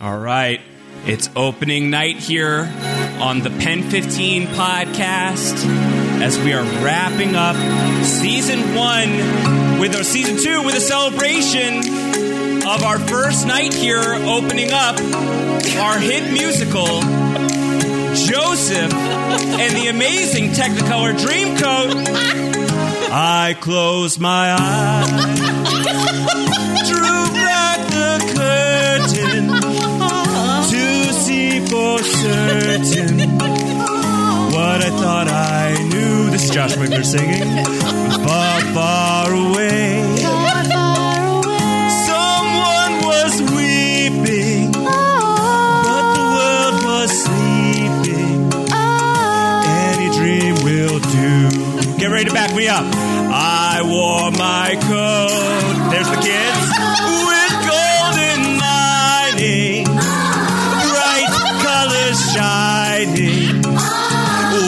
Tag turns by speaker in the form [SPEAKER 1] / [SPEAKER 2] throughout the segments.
[SPEAKER 1] All right. It's opening night here on the Pen 15 podcast as we are wrapping up season one with our season two with a celebration of our first night here opening up our hit musical Joseph and the amazing Technicolor Dreamcoat. I close my eyes, drew back the curtain to see for certain what I thought I knew. This is Josh Wiggler singing. Far, far away. Someone was weeping, but the world was sleeping. Any dream will do. Get ready to back me up. I wore my coat. There's the kids. With golden lining, bright colors shining,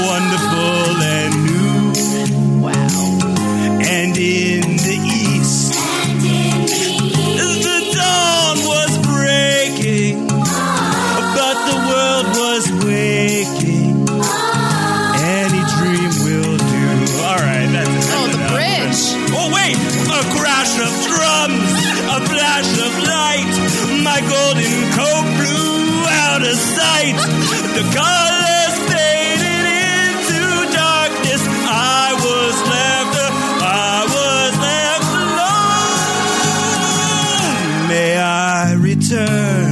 [SPEAKER 1] wonderful and new. Wow. And in the east, the dawn was breaking, but the world was waking. Any dream will do. All right, that's it.
[SPEAKER 2] Oh, the bridge.
[SPEAKER 1] Oh, wait! A crash of drums, a flash of light. My golden coat blew out of sight. The colors faded into darkness. I was left, I was left alone. May I return?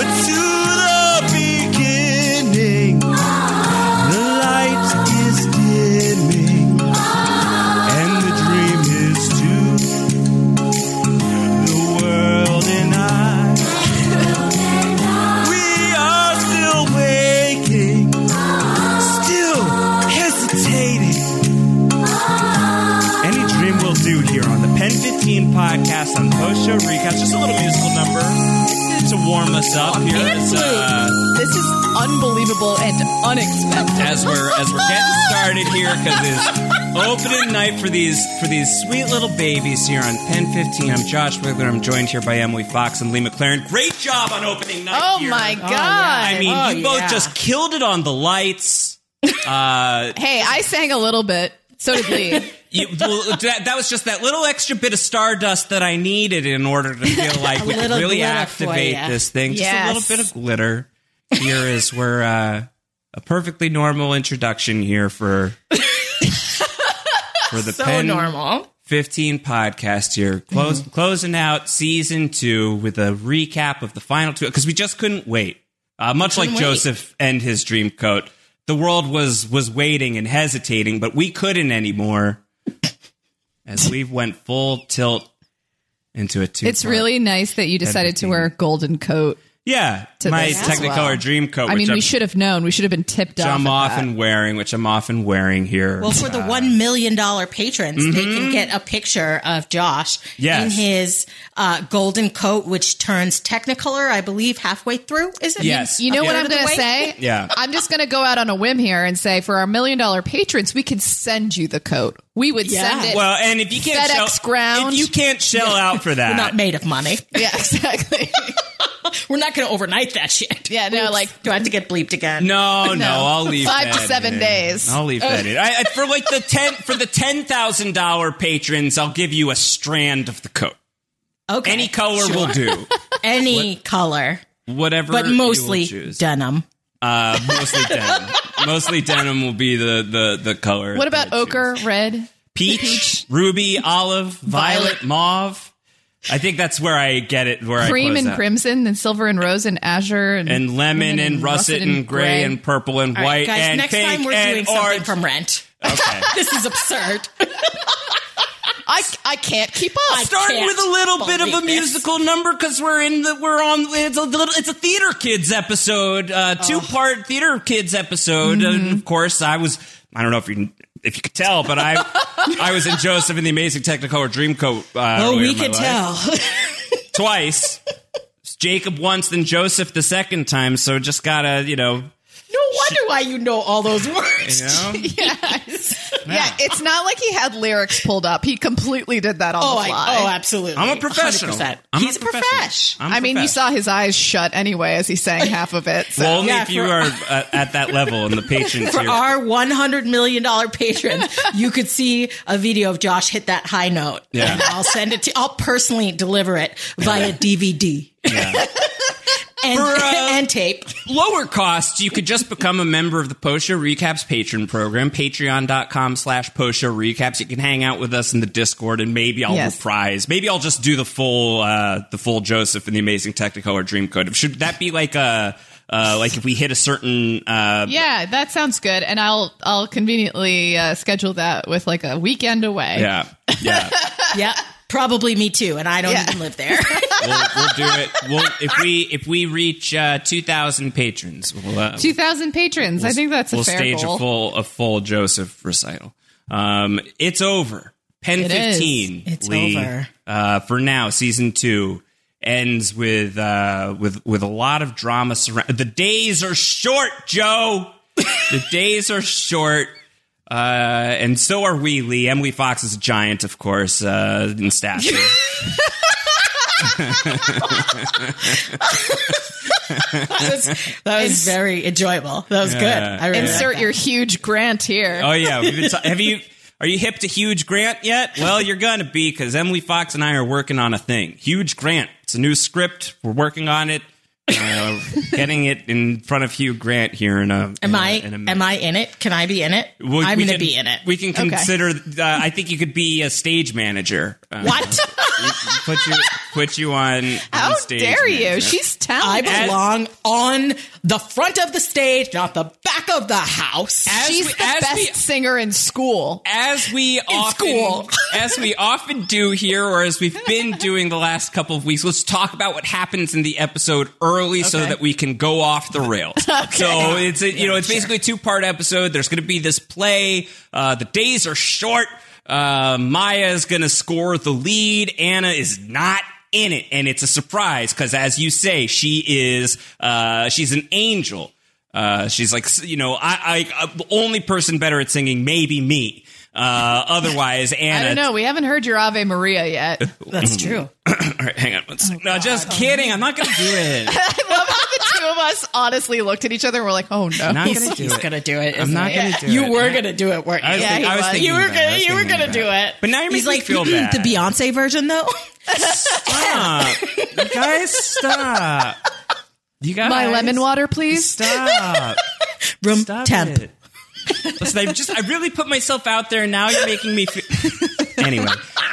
[SPEAKER 1] to the beginning. The light is dimming, and the dream is too. The world and I, we are still waking, still hesitating. Any dream will do here on the Pen 15 podcast on post show recaps. Just a little musical number to warm us up here. It's, uh,
[SPEAKER 2] This is unbelievable and unexpected.
[SPEAKER 1] as we're as we're getting started here because it's opening night for these for these sweet little babies here on Pen 15. I'm Josh Wiggler. I'm joined here by Emily Fox and Lee McLaren. Great job on opening night.
[SPEAKER 2] Oh
[SPEAKER 1] here.
[SPEAKER 2] my god!
[SPEAKER 1] I mean,
[SPEAKER 2] Oh,
[SPEAKER 1] you both
[SPEAKER 2] yeah.
[SPEAKER 1] just killed it on the lights. Uh,
[SPEAKER 2] Hey, I sang a little bit. So did Lee.
[SPEAKER 1] you, well, that, that was just that little extra bit of stardust that I needed in order to feel like we could
[SPEAKER 3] little
[SPEAKER 1] really
[SPEAKER 3] glitter for
[SPEAKER 1] activate
[SPEAKER 3] ya.
[SPEAKER 1] this thing. Just
[SPEAKER 2] Yes.
[SPEAKER 1] a little bit of glitter. Here is where uh, a perfectly normal introduction here for for the
[SPEAKER 2] so
[SPEAKER 1] Pen
[SPEAKER 2] normal.
[SPEAKER 1] 15 podcast here. Close,
[SPEAKER 2] Mm-hmm.
[SPEAKER 1] Closing out season two with a recap of the final two because we just couldn't wait. Uh, much like
[SPEAKER 2] couldn't wait.
[SPEAKER 1] Joseph and his dream coat, the world was was waiting and hesitating, but we couldn't anymore. as we went full tilt into a two.
[SPEAKER 2] It's really nice that you decided to wear a golden coat.
[SPEAKER 1] yeah.
[SPEAKER 2] to
[SPEAKER 1] my
[SPEAKER 2] this as
[SPEAKER 1] Technicolor
[SPEAKER 2] well.
[SPEAKER 1] dream coat.
[SPEAKER 2] I
[SPEAKER 1] which
[SPEAKER 2] mean,
[SPEAKER 1] I'm,
[SPEAKER 2] we should have known. We should have been tipped
[SPEAKER 1] which
[SPEAKER 2] off.
[SPEAKER 1] I'm
[SPEAKER 2] at that.
[SPEAKER 1] often wearing, which I'm often wearing here.
[SPEAKER 3] Well, for the one million dollar patrons, they can get a picture of Josh
[SPEAKER 1] Mm-hmm. Yes.
[SPEAKER 3] in his uh, golden coat, which turns Technicolor, I believe, halfway through. Is it?
[SPEAKER 1] Yes.
[SPEAKER 2] You know
[SPEAKER 1] Yeah.
[SPEAKER 2] what I'm
[SPEAKER 3] Out of the
[SPEAKER 2] going to
[SPEAKER 3] way?
[SPEAKER 2] say?
[SPEAKER 1] Yeah.
[SPEAKER 2] I'm just going to go out on a whim here and say for our million dollar patrons, we could send you the coat. We would
[SPEAKER 3] Yeah.
[SPEAKER 2] send it.
[SPEAKER 1] well, and if you can't
[SPEAKER 2] FedEx
[SPEAKER 1] shell,
[SPEAKER 2] ground.
[SPEAKER 1] if you can't shell out for that,
[SPEAKER 3] We're not made of money.
[SPEAKER 2] yeah, exactly.
[SPEAKER 3] We're not going to overnight that shit.
[SPEAKER 2] Yeah, no,
[SPEAKER 3] Oops.
[SPEAKER 2] like-
[SPEAKER 3] do I have to get bleeped again?
[SPEAKER 1] No, no, I'll leave
[SPEAKER 2] Five
[SPEAKER 1] that
[SPEAKER 2] to seven
[SPEAKER 1] in.
[SPEAKER 2] days.
[SPEAKER 1] I'll leave that in. I, I- for like the ten for the ten thousand dollar patrons, I'll give you a strand of the coat.
[SPEAKER 3] Okay.
[SPEAKER 1] Any color will do.
[SPEAKER 3] Any color,
[SPEAKER 1] Whatever,
[SPEAKER 3] but
[SPEAKER 1] you will
[SPEAKER 3] mostly
[SPEAKER 1] choose.
[SPEAKER 3] denim.
[SPEAKER 1] Uh, mostly denim. mostly denim will be the the the color.
[SPEAKER 2] what about
[SPEAKER 1] that I choose.
[SPEAKER 2] ochre, red?
[SPEAKER 1] Peach, ruby, olive, violet,
[SPEAKER 2] Violet.
[SPEAKER 1] mauve. I think that's where I get it. Where I
[SPEAKER 2] Cream
[SPEAKER 1] close
[SPEAKER 2] and
[SPEAKER 1] out.
[SPEAKER 2] crimson, and silver and rose and azure and,
[SPEAKER 1] and lemon and, russet and gray, and purple and
[SPEAKER 3] All
[SPEAKER 1] white
[SPEAKER 3] right, guys,
[SPEAKER 1] and
[SPEAKER 3] next
[SPEAKER 1] pink
[SPEAKER 3] time we're
[SPEAKER 1] and
[SPEAKER 3] doing
[SPEAKER 1] orange.
[SPEAKER 3] something from Rent.
[SPEAKER 1] okay.
[SPEAKER 3] This is absurd.
[SPEAKER 2] I, I can't keep up.
[SPEAKER 1] Start
[SPEAKER 3] can't
[SPEAKER 1] with a little bit of a
[SPEAKER 3] believe this.
[SPEAKER 1] musical number because we're in the we're on it's a little it's a theater kids episode uh,
[SPEAKER 3] Oh.
[SPEAKER 1] two part theater kids episode
[SPEAKER 3] Mm-hmm.
[SPEAKER 1] and of course I was I don't know if you if you could tell but I I was in Joseph and the Amazing Technicolor Dreamcoat uh,
[SPEAKER 3] Oh,
[SPEAKER 1] earlier
[SPEAKER 3] we
[SPEAKER 1] in my
[SPEAKER 3] could
[SPEAKER 1] life.
[SPEAKER 3] tell.
[SPEAKER 1] twice Jacob once then Joseph the second time so just gotta you know
[SPEAKER 3] no wonder why you know all those words.
[SPEAKER 1] you know
[SPEAKER 2] Yes. Yeah, it's not like he had lyrics pulled up. He completely did that on
[SPEAKER 3] Oh,
[SPEAKER 2] the
[SPEAKER 3] I,
[SPEAKER 2] fly.
[SPEAKER 3] oh, absolutely.
[SPEAKER 1] I'm a professional
[SPEAKER 3] 100%.
[SPEAKER 1] I'm
[SPEAKER 3] He's a
[SPEAKER 1] professional.
[SPEAKER 3] profesh.
[SPEAKER 1] I'm a
[SPEAKER 2] I mean, you
[SPEAKER 1] profesh.
[SPEAKER 2] saw his eyes shut anyway as he sang half of it. So.
[SPEAKER 1] well only
[SPEAKER 3] Yeah,
[SPEAKER 1] if you
[SPEAKER 3] for-
[SPEAKER 1] are uh, at that level in the patron
[SPEAKER 3] For
[SPEAKER 1] tier
[SPEAKER 3] our one hundred million dollar patrons, you could see a video of Josh hit that high note.
[SPEAKER 1] Yeah.
[SPEAKER 3] and I'll send it to. I'll personally deliver it via DVD
[SPEAKER 1] yeah.
[SPEAKER 3] and,
[SPEAKER 1] uh,
[SPEAKER 3] and tape.
[SPEAKER 1] lower costs, you could just become a member of the Posha Recaps patron program, patreon.com slash Posha Recaps. You can hang out with us in the Discord and maybe I'll
[SPEAKER 2] Yes.
[SPEAKER 1] reprise. Maybe I'll just do the full uh, the full Joseph and the Amazing Technicolor Dreamcoat. Should that be like a uh, like if we hit a certain uh,
[SPEAKER 2] yeah, that sounds good, and I'll I'll conveniently uh, schedule that with like a weekend away.
[SPEAKER 1] yeah yeah
[SPEAKER 3] Yep, probably me too. And I don't
[SPEAKER 2] Yeah.
[SPEAKER 3] even live there.
[SPEAKER 1] we'll, we'll do it we'll if we if we reach uh, two thousand patrons we'll, uh,
[SPEAKER 2] two thousand patrons. I think that's a
[SPEAKER 1] we'll
[SPEAKER 2] fair
[SPEAKER 1] stage
[SPEAKER 2] goal.
[SPEAKER 1] a full a full Joseph recital. Um, it's over. Pen
[SPEAKER 2] It is.
[SPEAKER 1] fifteen.
[SPEAKER 3] It's
[SPEAKER 1] Lee.
[SPEAKER 3] over.
[SPEAKER 1] Uh, for now, season two ends with uh, with with a lot of drama. Surround the days are short, Joe. the days are short. Uh, and so are we, Lee. Emily Fox is a giant, of course, uh, in stature.
[SPEAKER 3] that was, that was very enjoyable. That was good. I really
[SPEAKER 2] Insert
[SPEAKER 3] liked
[SPEAKER 2] your huge grant here.
[SPEAKER 1] oh yeah, We've been ta- have you? Are you hip to Huge Grant yet? Well, you're gonna be because Emily Fox and I are working on a thing. Huge Grant. It's a new script. We're working on it. Uh, getting it in front of Hugh Grant here in a.
[SPEAKER 3] that. Am
[SPEAKER 1] in a-
[SPEAKER 3] I
[SPEAKER 1] in a minute.
[SPEAKER 3] am I in it? Can I be in it?
[SPEAKER 1] We-
[SPEAKER 3] I'm
[SPEAKER 1] we
[SPEAKER 3] going to
[SPEAKER 1] can-
[SPEAKER 3] be in it.
[SPEAKER 1] We can consider. Uh, I think you could be a stage manager. Uh,
[SPEAKER 3] what?
[SPEAKER 1] Put you put you on.
[SPEAKER 2] How
[SPEAKER 1] on stage
[SPEAKER 2] dare you?
[SPEAKER 1] manager.
[SPEAKER 2] She's
[SPEAKER 3] I
[SPEAKER 2] talented.
[SPEAKER 3] belong on the front of the stage, not the back of the house.
[SPEAKER 1] As
[SPEAKER 2] She's
[SPEAKER 1] we-
[SPEAKER 2] the
[SPEAKER 1] as
[SPEAKER 2] best
[SPEAKER 1] we-
[SPEAKER 2] singer in school.
[SPEAKER 1] as we often
[SPEAKER 3] school.
[SPEAKER 1] as we often do here or as we've been doing the last couple of weeks let's talk about what happens in the episode early so
[SPEAKER 3] Okay.
[SPEAKER 1] that we can go off the rails so it's a, you know it's basically a two part episode there's going to be this play uh, the days are short uh, maya is going to score the lead anna is not in it and it's a surprise because as you say she is uh, she's an angel uh, she's like, you know, I, I, uh, the only person better at singing, maybe me. Uh, otherwise, Anna.
[SPEAKER 2] I don't know. We haven't heard your Ave Maria yet.
[SPEAKER 3] That's true.
[SPEAKER 1] All right, hang on one
[SPEAKER 2] Oh,
[SPEAKER 1] second. no, just kidding. I'm not going to do it.
[SPEAKER 2] I love how the two of us honestly looked at each other and were like, "Oh no."
[SPEAKER 1] Not
[SPEAKER 3] He's,
[SPEAKER 1] going to do
[SPEAKER 3] he's
[SPEAKER 1] it.
[SPEAKER 3] gonna do it.
[SPEAKER 1] I'm
[SPEAKER 3] isn't
[SPEAKER 1] not
[SPEAKER 3] he?
[SPEAKER 1] going to do
[SPEAKER 3] you
[SPEAKER 1] it.
[SPEAKER 3] were gonna do it, weren't you?
[SPEAKER 1] I was,
[SPEAKER 2] Yeah,
[SPEAKER 1] think-
[SPEAKER 2] he
[SPEAKER 1] I was
[SPEAKER 2] was.
[SPEAKER 1] thinking
[SPEAKER 3] you were
[SPEAKER 1] about it. I
[SPEAKER 3] gonna,
[SPEAKER 1] was
[SPEAKER 3] you were
[SPEAKER 1] thinking
[SPEAKER 3] gonna
[SPEAKER 1] about
[SPEAKER 3] do it.
[SPEAKER 1] But now you're making
[SPEAKER 3] he's like "Mm,
[SPEAKER 1] me feel bad.
[SPEAKER 3] the Beyonce version, though.
[SPEAKER 1] Stop. you guys, stop. You guys.
[SPEAKER 2] My lemon water, please.
[SPEAKER 1] Stop.
[SPEAKER 3] Room
[SPEAKER 1] Stop
[SPEAKER 3] temp.
[SPEAKER 1] it. Listen, I just I really put myself out there, and now you're making me feel. anyway,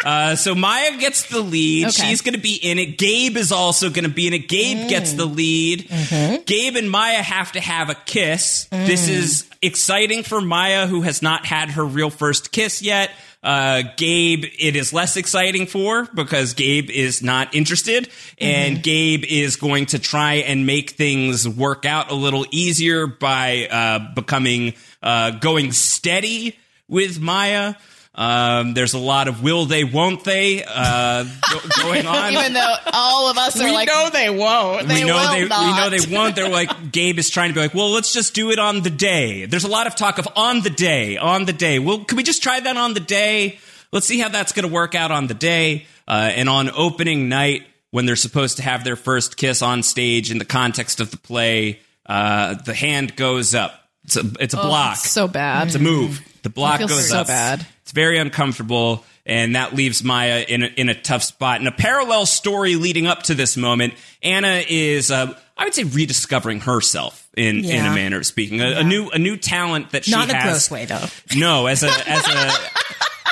[SPEAKER 1] uh, so Maya gets the lead.
[SPEAKER 2] Okay.
[SPEAKER 1] She's going to be in it. Gabe is also going to be in it. Gabe gets
[SPEAKER 2] Mm.
[SPEAKER 1] the lead.
[SPEAKER 2] Mm-hmm.
[SPEAKER 1] Gabe and Maya have to have a kiss. This is exciting for Maya, who has not had her real first kiss yet. Uh, Gabe, it is less exciting for because Gabe is not interested, and Gabe is going to try and make things work out a little easier by uh, becoming uh, going steady with Maya. Um, there's a lot of will they, won't they uh, go- going on.
[SPEAKER 2] Even though all of us are like,
[SPEAKER 3] they won't.
[SPEAKER 2] They
[SPEAKER 1] we know
[SPEAKER 2] will
[SPEAKER 1] they
[SPEAKER 2] not.
[SPEAKER 1] we know they won't. They're like Gabe is trying to be like, well, let's just do it on the day. There's a lot of talk of on the day, on the day. Well, can we just try that on the day? Let's see how that's going to work out on the day uh, and on opening night when they're supposed to have their first kiss on stage in the context of the play. Uh, the hand goes up. It's a, it's a block.
[SPEAKER 2] it's so bad.
[SPEAKER 1] It's a move. The block
[SPEAKER 2] feels
[SPEAKER 1] goes
[SPEAKER 2] so
[SPEAKER 1] up.
[SPEAKER 2] bad.
[SPEAKER 1] It's very uncomfortable, and that leaves Maya in a, in a tough spot. And a parallel story leading up to this moment, Anna is, uh, I would say, rediscovering herself in, in
[SPEAKER 3] Yeah.
[SPEAKER 1] a manner of speaking. A, a new a new talent that she
[SPEAKER 3] Not in
[SPEAKER 1] has.
[SPEAKER 3] a gross way, though.
[SPEAKER 1] No, as a as a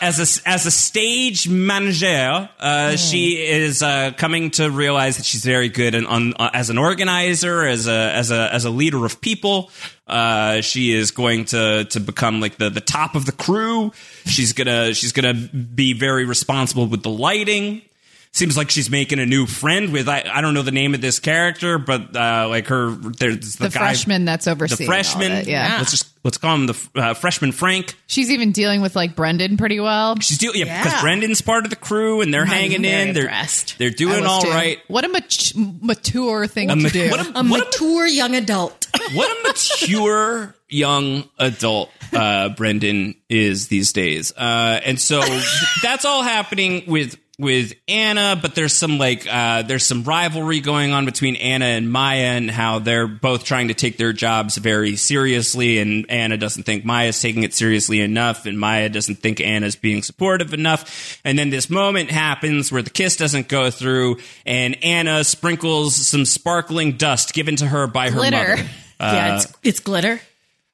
[SPEAKER 1] as a as a stage manager, uh, she is uh, coming to realize that she's very good in, on uh, as an organizer, as a as a as a leader of people. Uh, she is going to to become like the the top of the crew. She's gonna she's gonna be very responsible with the lighting. Seems like she's making a new friend with I, I don't know the name of this character, but uh, like her there's the,
[SPEAKER 2] the
[SPEAKER 1] guy-
[SPEAKER 2] freshman that's
[SPEAKER 1] the
[SPEAKER 2] overseeing. all
[SPEAKER 1] freshman.
[SPEAKER 2] that, yeah.
[SPEAKER 1] let's just let's call him the uh, freshman Frank.
[SPEAKER 2] She's even dealing with like Brendan pretty well.
[SPEAKER 1] She's doing yeah, because
[SPEAKER 3] Yeah.
[SPEAKER 1] Brendan's part of the crew and they're hanging
[SPEAKER 3] very
[SPEAKER 1] in. They're
[SPEAKER 3] impressed.
[SPEAKER 1] they're
[SPEAKER 2] I
[SPEAKER 1] doing
[SPEAKER 2] was
[SPEAKER 1] all
[SPEAKER 2] too.
[SPEAKER 1] right.
[SPEAKER 2] What a mat- mature thing to
[SPEAKER 1] ma-
[SPEAKER 2] do.
[SPEAKER 1] what, a,
[SPEAKER 3] A
[SPEAKER 1] what, a,
[SPEAKER 3] mature young adult.
[SPEAKER 1] what a mature young adult uh, Brendan is these days. Uh, and so that's all happening with with Anna, but there's some like uh, there's some rivalry going on between Anna and Maya and how they're both trying to take their jobs very seriously and Anna doesn't think Maya's taking it seriously enough and Maya doesn't think Anna's being supportive enough. And then this moment happens where the kiss doesn't go through and Anna sprinkles some sparkling dust given to her by her
[SPEAKER 2] Glitter.
[SPEAKER 1] mother. Uh,
[SPEAKER 3] yeah, it's, it's glitter.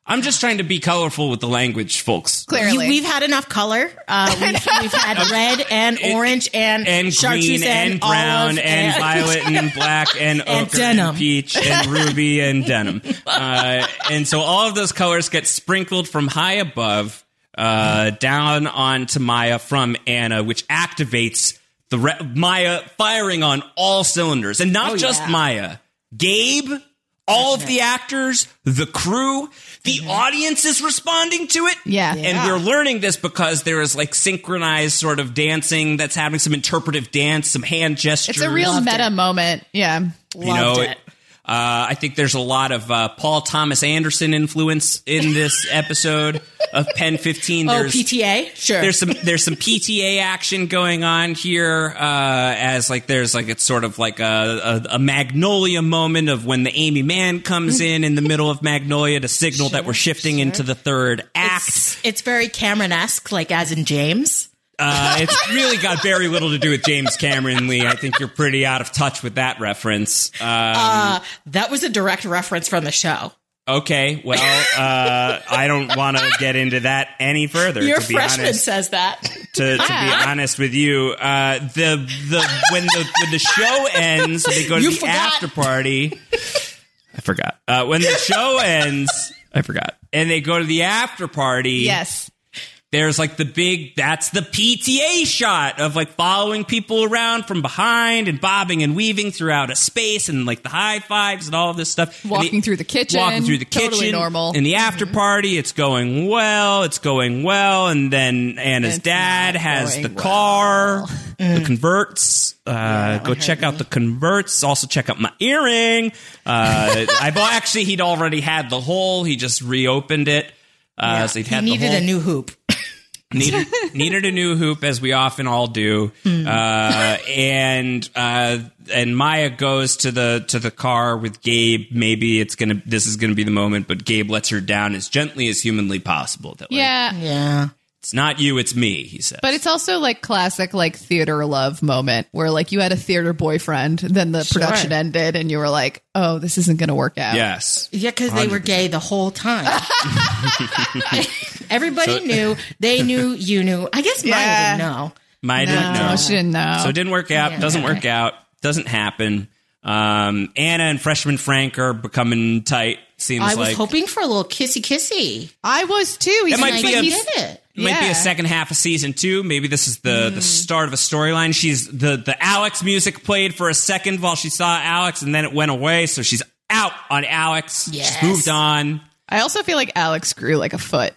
[SPEAKER 1] I'm just trying to be colorful with the language, folks.
[SPEAKER 3] You-
[SPEAKER 2] Clearly.
[SPEAKER 3] we've had enough color. Uh, we've, we've had red and orange and,
[SPEAKER 1] And
[SPEAKER 3] chartreuse
[SPEAKER 1] green and, brown
[SPEAKER 3] olive
[SPEAKER 1] and, violet and black and,
[SPEAKER 3] And
[SPEAKER 1] ochre
[SPEAKER 3] denim.
[SPEAKER 1] and peach and ruby and denim. Uh, and so all of those colors get sprinkled from high above uh, down onto Maya from Anna, which activates the re- Maya firing on all cylinders. And not just
[SPEAKER 3] Oh, yeah.
[SPEAKER 1] Maya, Gabe. All of the actors, the crew, the
[SPEAKER 3] Mm-hmm.
[SPEAKER 1] audience is responding to it.
[SPEAKER 2] Yeah.
[SPEAKER 1] And we're learning this because there is like synchronized sort of dancing that's happening, some interpretive dance, some hand gestures.
[SPEAKER 2] it's a real
[SPEAKER 3] Loved
[SPEAKER 2] meta
[SPEAKER 3] it.
[SPEAKER 2] moment. Yeah.
[SPEAKER 1] you know,
[SPEAKER 3] Loved
[SPEAKER 1] it- Uh, I think there's a lot of uh, Paul Thomas Anderson influence in this episode of Pen 15.
[SPEAKER 3] Oh,
[SPEAKER 1] There's-
[SPEAKER 3] PTA? Sure.
[SPEAKER 1] there's some there's some PTA action going on here uh, as like there's like it's sort of like a, a, a Magnolia moment of when the Amy Mann comes in in the middle of Magnolia to signal that we're shifting into the third act.
[SPEAKER 3] it's, it's very Cameron-esque, like as in James.
[SPEAKER 1] Uh, it's really got very little to do with James Cameron Lee. I think you're pretty out of touch with that reference.
[SPEAKER 3] That was a direct reference from the show.
[SPEAKER 1] Okay, well, uh, I don't want to get into that any further.
[SPEAKER 3] Your
[SPEAKER 1] to be
[SPEAKER 3] freshman
[SPEAKER 1] honest.
[SPEAKER 3] says that.
[SPEAKER 1] to, to be honest with you, uh, the the when the when the show ends, they go to
[SPEAKER 3] You
[SPEAKER 1] the
[SPEAKER 3] forgot.
[SPEAKER 1] after party. I forgot. Uh, when the show ends, I forgot, and they go to the after party.
[SPEAKER 2] Yes.
[SPEAKER 1] there's like the big. That's the PTA shot of like following people around from behind and bobbing and weaving throughout a space and like the high fives and all of this stuff. And
[SPEAKER 2] Walking through the kitchen.
[SPEAKER 1] Walking through the kitchen.
[SPEAKER 2] Totally normal. Mm-hmm.
[SPEAKER 1] In the after party, it's going well. It's going well. And then Anna's
[SPEAKER 2] It's
[SPEAKER 1] dad
[SPEAKER 2] not
[SPEAKER 1] has the
[SPEAKER 2] going
[SPEAKER 1] car, the converts. Uh, go check out the converts. Also check out my earring. Uh, I've al- actually he'd already had the hole. He just reopened it. Uh, so he'd
[SPEAKER 3] he
[SPEAKER 1] had
[SPEAKER 3] needed
[SPEAKER 1] the
[SPEAKER 3] a
[SPEAKER 1] hole.
[SPEAKER 3] new hoop.
[SPEAKER 1] needed needed a new hoop as we often all do
[SPEAKER 2] Hmm.
[SPEAKER 1] uh, and uh, and Maya goes to the to the car with Gabe maybe it's gonna this is gonna be the moment but Gabe lets her down as gently as humanly possible that like,
[SPEAKER 2] Yeah.
[SPEAKER 3] Yeah.
[SPEAKER 1] it's not you it's me he says
[SPEAKER 2] But it's also like classic like theater love moment where like you had a theater boyfriend, then the production ended and you were like, Oh, this isn't gonna work out.
[SPEAKER 1] yes
[SPEAKER 3] Yeah, because they were gay the whole time. Everybody knew. They knew. You knew. I guess Maya
[SPEAKER 2] Yeah.
[SPEAKER 3] didn't know.
[SPEAKER 1] Maya didn't
[SPEAKER 2] No,
[SPEAKER 1] know
[SPEAKER 2] she didn't know.
[SPEAKER 1] So it didn't work out. doesn't work out. Doesn't happen. Um, Anna and freshman Frank are becoming tight. Seems
[SPEAKER 3] I was
[SPEAKER 1] like
[SPEAKER 3] hoping for a little kissy kissy.
[SPEAKER 2] I was too. He's
[SPEAKER 1] That might
[SPEAKER 3] And
[SPEAKER 2] like,
[SPEAKER 3] I
[SPEAKER 1] be a-
[SPEAKER 2] but
[SPEAKER 3] didn't
[SPEAKER 2] he's-
[SPEAKER 3] get it.
[SPEAKER 1] It might be
[SPEAKER 2] Yeah. Mm.
[SPEAKER 1] a second half of season two. Maybe this is the the start of a storyline. She's the the Alex music played for a second while she saw Alex, and then it went away. So she's out on Alex.
[SPEAKER 3] Yes.
[SPEAKER 1] She's moved on.
[SPEAKER 2] I also feel like Alex grew like a foot.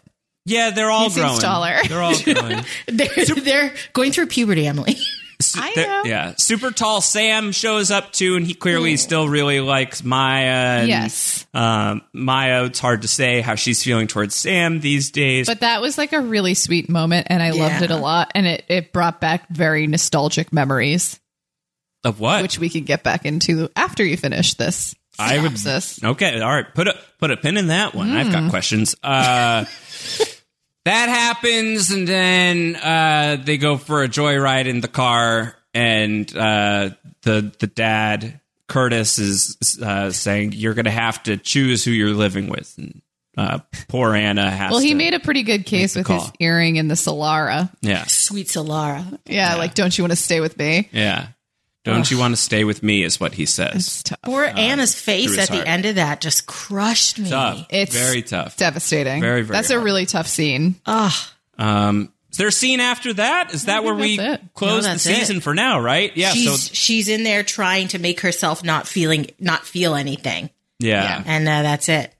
[SPEAKER 1] Yeah, they're all
[SPEAKER 2] seems
[SPEAKER 1] growing.
[SPEAKER 2] taller.
[SPEAKER 1] They're all growing.
[SPEAKER 3] They're, they're going through puberty, Emily.
[SPEAKER 1] Su-
[SPEAKER 2] I
[SPEAKER 1] they're-
[SPEAKER 2] know.
[SPEAKER 1] Yeah, super tall Sam shows up too, and he clearly still really likes Maya. And,
[SPEAKER 2] Yes.
[SPEAKER 1] um, Maya. It's hard to say how she's feeling towards Sam these days.
[SPEAKER 2] But that was like a really sweet moment and I loved it a
[SPEAKER 3] Yeah.
[SPEAKER 2] lot and it, it brought back very nostalgic memories,
[SPEAKER 1] of what?
[SPEAKER 2] which we can get back into after you finish this.
[SPEAKER 1] I would-
[SPEAKER 2] synopsis.
[SPEAKER 1] Okay, all right. Put a put a pin in that one. I've
[SPEAKER 2] Hmm.
[SPEAKER 1] got questions. Uh, that happens, and then uh, they go for a joyride in the car, and uh, the the dad Curtis is uh, saying, "You're going to have to choose who you're living with." And uh, poor Anna has.
[SPEAKER 2] Well, he
[SPEAKER 1] to-
[SPEAKER 2] made a pretty good case
[SPEAKER 1] the
[SPEAKER 2] with his
[SPEAKER 1] call.
[SPEAKER 2] earring in the Solara.
[SPEAKER 1] yeah,
[SPEAKER 3] Sweet Solara.
[SPEAKER 2] Yeah, like, don't you want to stay with me?
[SPEAKER 1] yeah. Don't you want to stay with me? Is what he says.
[SPEAKER 2] It's tough.
[SPEAKER 3] Poor Anna's face
[SPEAKER 1] Uh, his
[SPEAKER 3] at
[SPEAKER 1] heart.
[SPEAKER 3] the end of that just crushed me.
[SPEAKER 1] Tough.
[SPEAKER 2] It's
[SPEAKER 1] very tough.
[SPEAKER 2] Devastating.
[SPEAKER 1] Very, very
[SPEAKER 2] That's
[SPEAKER 1] hard.
[SPEAKER 2] a really tough scene.
[SPEAKER 1] Um, is there a scene after that? Is that where we
[SPEAKER 2] that's it.
[SPEAKER 1] close
[SPEAKER 3] No,
[SPEAKER 1] the
[SPEAKER 3] that's it.
[SPEAKER 1] season for now? Right? Yeah.
[SPEAKER 3] she's
[SPEAKER 1] so
[SPEAKER 3] she's in there trying to make herself not feeling not feel anything,
[SPEAKER 1] yeah.
[SPEAKER 3] and uh, that's it.